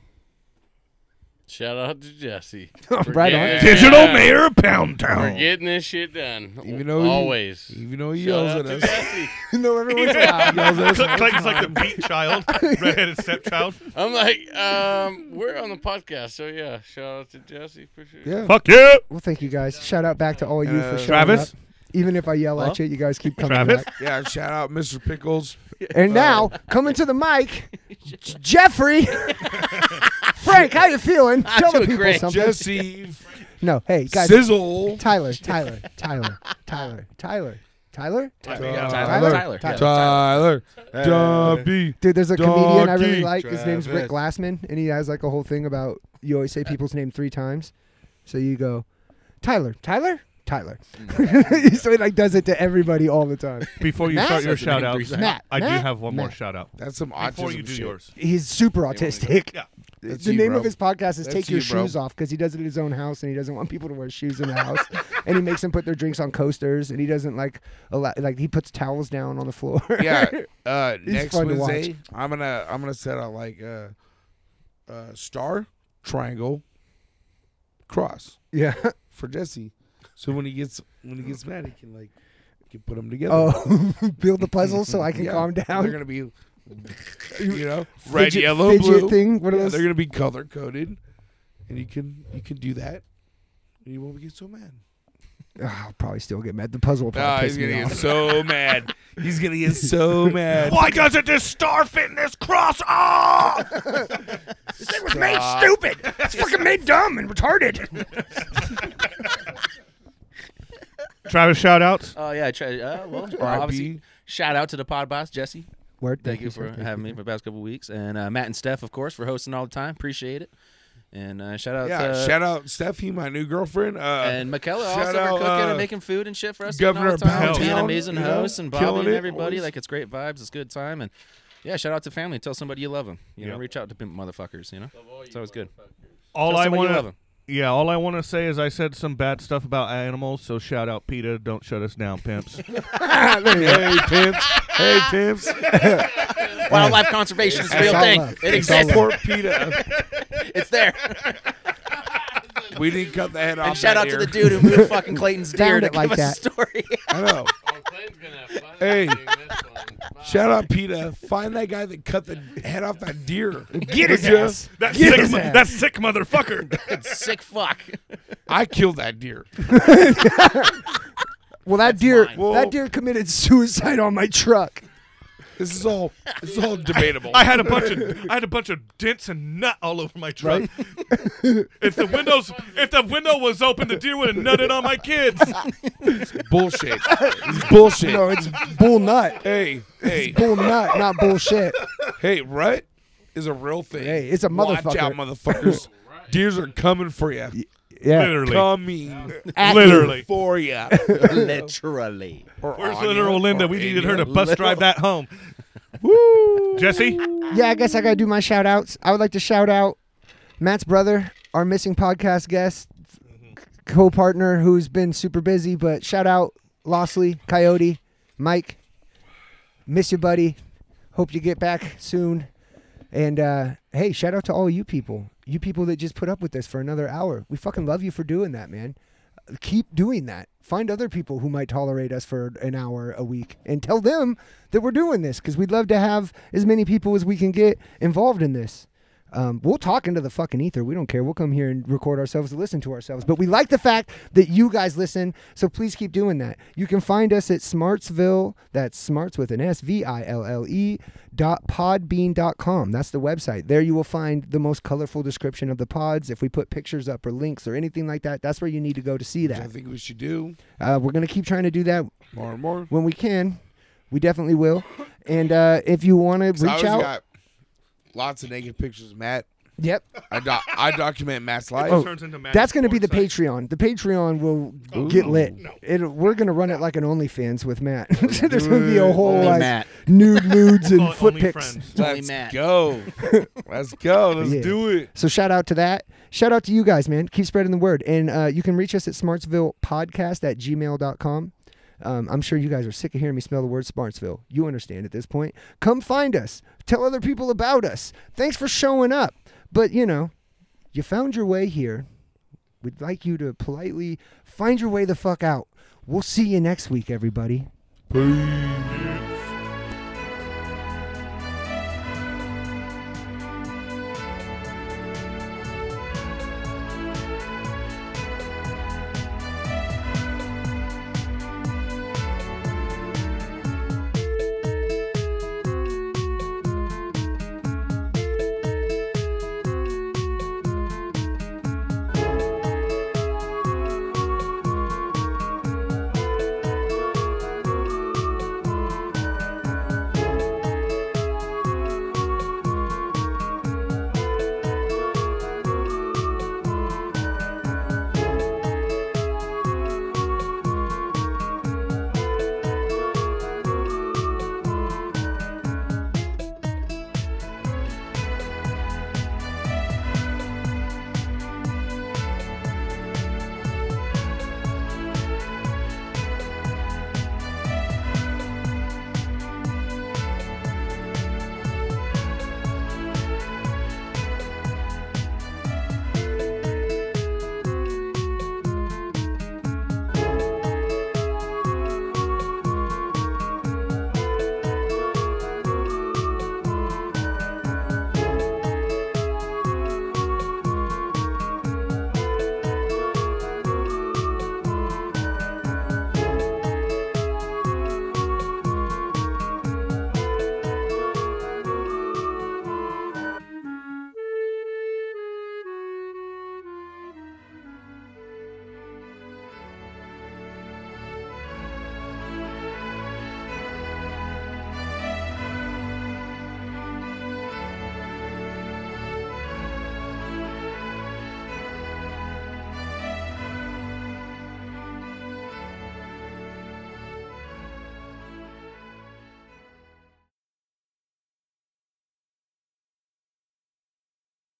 Speaker 6: Shout out to Jesse.
Speaker 4: Right on.
Speaker 6: Yeah.
Speaker 3: Digital mayor of Pound Town.
Speaker 6: We're getting this shit done.
Speaker 2: Even though you-
Speaker 6: always.
Speaker 2: Even though he
Speaker 6: Shout
Speaker 2: yells at
Speaker 6: out to
Speaker 2: us.
Speaker 6: Jesse.
Speaker 4: you know, everyone's loud.
Speaker 3: Cl- Clayton's like the beat child, redheaded stepchild.
Speaker 6: I'm like, um, we're on the podcast, so yeah. Shout out to Jesse for sure.
Speaker 2: Yeah.
Speaker 3: Fuck you,
Speaker 4: Well, thank you guys. Shout out back to all you for
Speaker 2: Uh,
Speaker 4: showing
Speaker 3: Travis.
Speaker 4: up. Even if I yell
Speaker 3: Huh?
Speaker 4: at you, you guys keep coming
Speaker 3: Travis?
Speaker 4: back.
Speaker 2: Yeah, shout out Mr. Pickles.
Speaker 4: And now, coming to the mic, J- Jeffrey, Frank, how you feeling? Tell the
Speaker 6: doing
Speaker 4: people
Speaker 6: great.
Speaker 4: something.
Speaker 2: Jesse
Speaker 4: no, hey guys,
Speaker 2: Sizzle.
Speaker 4: Tyler, Tyler, Tyler, Tyler, Tyler, Tyler,
Speaker 5: Yeah,
Speaker 2: Tyler.
Speaker 5: Tyler.
Speaker 4: Tyler.
Speaker 2: Tyler. Dobby.
Speaker 4: Dude, there's a comedian I really
Speaker 2: Donkey
Speaker 4: like. His name's Rick
Speaker 2: Travis.
Speaker 4: Glassman, and he has like a whole thing about you always say people's name three times. So you go, Tyler, Tyler, Tyler.
Speaker 2: Mm.
Speaker 4: so he like does it to everybody all the time.
Speaker 3: Before you
Speaker 4: Matt?
Speaker 3: start your
Speaker 4: Says
Speaker 3: shout outs,
Speaker 4: Matt,
Speaker 3: I do
Speaker 4: Matt,
Speaker 3: have one more
Speaker 4: Matt.
Speaker 3: shout out.
Speaker 2: That's some autism
Speaker 3: Before you do
Speaker 2: shit.
Speaker 3: yours.
Speaker 4: He's super autistic.
Speaker 3: Yeah.
Speaker 2: That's
Speaker 4: the
Speaker 2: you,
Speaker 4: name
Speaker 2: bro.
Speaker 4: of his podcast is
Speaker 2: That's
Speaker 4: "Take Your
Speaker 2: you, bro.
Speaker 4: Shoes Off" because he does it at his own house and he doesn't want people to wear shoes in the house. and he makes them put their drinks on coasters and he doesn't like allow, like he puts towels down on the floor.
Speaker 2: yeah. Uh,
Speaker 4: He's
Speaker 2: next
Speaker 4: fun to watch.
Speaker 2: Wednesday, I'm gonna I'm gonna set out like a uh, uh, star, triangle, cross
Speaker 4: yeah.
Speaker 2: for Jesse. So when he gets when he gets mad, he can like he can put them together.
Speaker 4: Oh, build the puzzle so I can
Speaker 2: Yeah.
Speaker 4: calm
Speaker 2: They're
Speaker 4: down.
Speaker 2: gonna be, you know, red,
Speaker 4: Fidget-
Speaker 2: yellow,
Speaker 4: fidget
Speaker 2: blue.
Speaker 4: thing. What are
Speaker 2: Yeah,
Speaker 4: those?
Speaker 2: They're gonna be color coded, and you can you can do that, and you won't get so mad.
Speaker 4: Ugh, Ah, I'll probably still get mad. The puzzle will
Speaker 2: Ah,
Speaker 4: probably
Speaker 2: he's
Speaker 4: piss
Speaker 2: gonna
Speaker 4: me
Speaker 2: get
Speaker 4: off.
Speaker 2: so mad. He's gonna get so mad.
Speaker 3: Why doesn't this star fit in this cross? Oh!
Speaker 4: It was made stupid. It's fucking made dumb and retarded.
Speaker 3: Travis, shout outs.
Speaker 5: Oh yeah, I tried. Uh, well,
Speaker 2: R.I.P.
Speaker 5: obviously, shout out to the pod boss Jesse.
Speaker 4: Word.
Speaker 5: Thank, you
Speaker 4: sir.
Speaker 5: for
Speaker 4: Thank
Speaker 5: having me for the past couple weeks, and uh, Matt and Steph, of course, for hosting all the time. Appreciate it. And uh, shout out,
Speaker 2: Yeah,
Speaker 5: to,
Speaker 2: shout out Stephanie, my new girlfriend. Uh,
Speaker 5: and Michaela
Speaker 2: shout
Speaker 5: also
Speaker 2: out,
Speaker 5: for cooking
Speaker 2: uh,
Speaker 5: and making food and shit for us.
Speaker 2: Governor
Speaker 5: all the time.
Speaker 2: Pound
Speaker 5: Being
Speaker 2: Town,
Speaker 5: an amazing
Speaker 2: you know,
Speaker 5: host and Bobby
Speaker 2: killing
Speaker 5: and
Speaker 2: it
Speaker 5: everybody.
Speaker 2: always.
Speaker 5: Like it's great vibes. It's good time and. Yeah, shout out to family. Tell somebody you love them. You know, reach out to pimp motherfuckers. You know, it's always good.
Speaker 3: All
Speaker 5: Tell
Speaker 3: I
Speaker 5: somebody you
Speaker 3: want
Speaker 5: love
Speaker 3: to
Speaker 5: 'em.
Speaker 3: yeah, all I want to say is I said some bad stuff about animals, so shout out PETA. Don't shut us down, pimps.
Speaker 2: uh, hey pimps, hey pimps,
Speaker 5: Wildlife conservation is a real
Speaker 4: all
Speaker 5: thing.
Speaker 4: love.
Speaker 5: It
Speaker 4: It's all
Speaker 5: exists.
Speaker 2: support PETA.
Speaker 5: It's there.
Speaker 2: We didn't cut the head off.
Speaker 5: And shout
Speaker 2: that
Speaker 5: out to the
Speaker 2: deer.
Speaker 5: dude who moved fucking Clayton's
Speaker 4: Found
Speaker 5: deer to
Speaker 4: it
Speaker 5: give
Speaker 4: like
Speaker 5: us
Speaker 4: that.
Speaker 5: a story.
Speaker 2: I know. Hey. Shout out PETA. Find that guy that cut the head off that deer. Get his ass.
Speaker 3: That
Speaker 4: Get
Speaker 3: sick,
Speaker 4: his
Speaker 3: mo-
Speaker 4: ass.
Speaker 3: that sick motherfucker.
Speaker 5: Sick fuck.
Speaker 2: I killed that deer.
Speaker 4: Well, that deer,
Speaker 5: mine.
Speaker 2: Well-
Speaker 4: that deer committed suicide on my truck.
Speaker 2: This is all. This is all debatable.
Speaker 3: I had a bunch of I had a bunch of dents and nut all over my truck. if the windows if the window was open, the deer would have nutted on my kids.
Speaker 2: bullshit. It's bullshit.
Speaker 4: No, it's bull nut.
Speaker 2: Hey, hey,
Speaker 4: Bull nut, not bullshit.
Speaker 2: hey! Rut is a real thing.
Speaker 4: Hey, it's a
Speaker 2: Watch out,
Speaker 4: motherfucker.
Speaker 2: motherfuckers. Deers are coming for you.
Speaker 4: Yeah.
Speaker 3: Literally.
Speaker 2: Coming
Speaker 3: Literally.
Speaker 2: for you.
Speaker 5: Literally.
Speaker 3: Where's literal Linda? We needed her to bus drive that home. Jesse?
Speaker 4: Yeah, I guess I got to do my shout outs. I would like to shout out Matt's brother, our missing podcast guest, co partner who's been super busy, but shout out Lossley, Coyote, Mike. Miss you, buddy. Hope you get back soon. And uh, hey, shout out to all you people. You people that just put up with this for another hour. We fucking love you for doing that, man. Keep doing that. Find other people who might tolerate us for an hour a week and tell them that we're doing this because we'd love to have as many people as we can get involved in this. Um, we'll talk into the fucking ether. We don't care. We'll come here and record ourselves and listen to ourselves. But we like the fact that you guys listen. So please keep doing that. You can find us at Smartsville. That's Smarts with an S V I L L E dot podbean.com. That's the website. There you will find the most colorful description of the pods. If we put pictures up or links or anything like that, that's where you need to go to see
Speaker 2: I
Speaker 4: that.
Speaker 2: think we should do
Speaker 4: Uh, we're going to keep trying to do that
Speaker 2: more and more.
Speaker 4: when we can. We definitely will. And uh, if you want to
Speaker 2: So I
Speaker 4: reach
Speaker 2: always
Speaker 4: out,
Speaker 2: got lots of naked pictures of Matt.
Speaker 4: yep.
Speaker 2: I, doc- I document Matt's life.
Speaker 4: Oh,
Speaker 3: Turns into
Speaker 4: That's going to be the
Speaker 3: Matterport
Speaker 4: Patreon. The Patreon will get lit. It'll, we're going to run it like an OnlyFans with Matt. There's going to be a whole
Speaker 5: Only
Speaker 4: like
Speaker 5: Matt.
Speaker 4: nude nudes
Speaker 3: site. Call
Speaker 4: and
Speaker 3: it
Speaker 4: foot
Speaker 3: Only
Speaker 4: pics.
Speaker 3: Friends.
Speaker 5: Only
Speaker 2: Let's
Speaker 5: Matt.
Speaker 2: go. Let's go. Let's
Speaker 4: Yeah.
Speaker 2: do it.
Speaker 4: So shout out to that. Shout out to you guys, man. Keep spreading the word. And uh, you can reach us at smartsvillepodcast at gmail.com. Um, I'm sure you guys are sick of hearing me spell the word Smartsville. You understand at this point. Come find us. Tell other people about us. Thanks for showing up. But, you know, you found your way here. We'd like you to politely find your way the fuck out. We'll see you next week, everybody.
Speaker 3: Peace.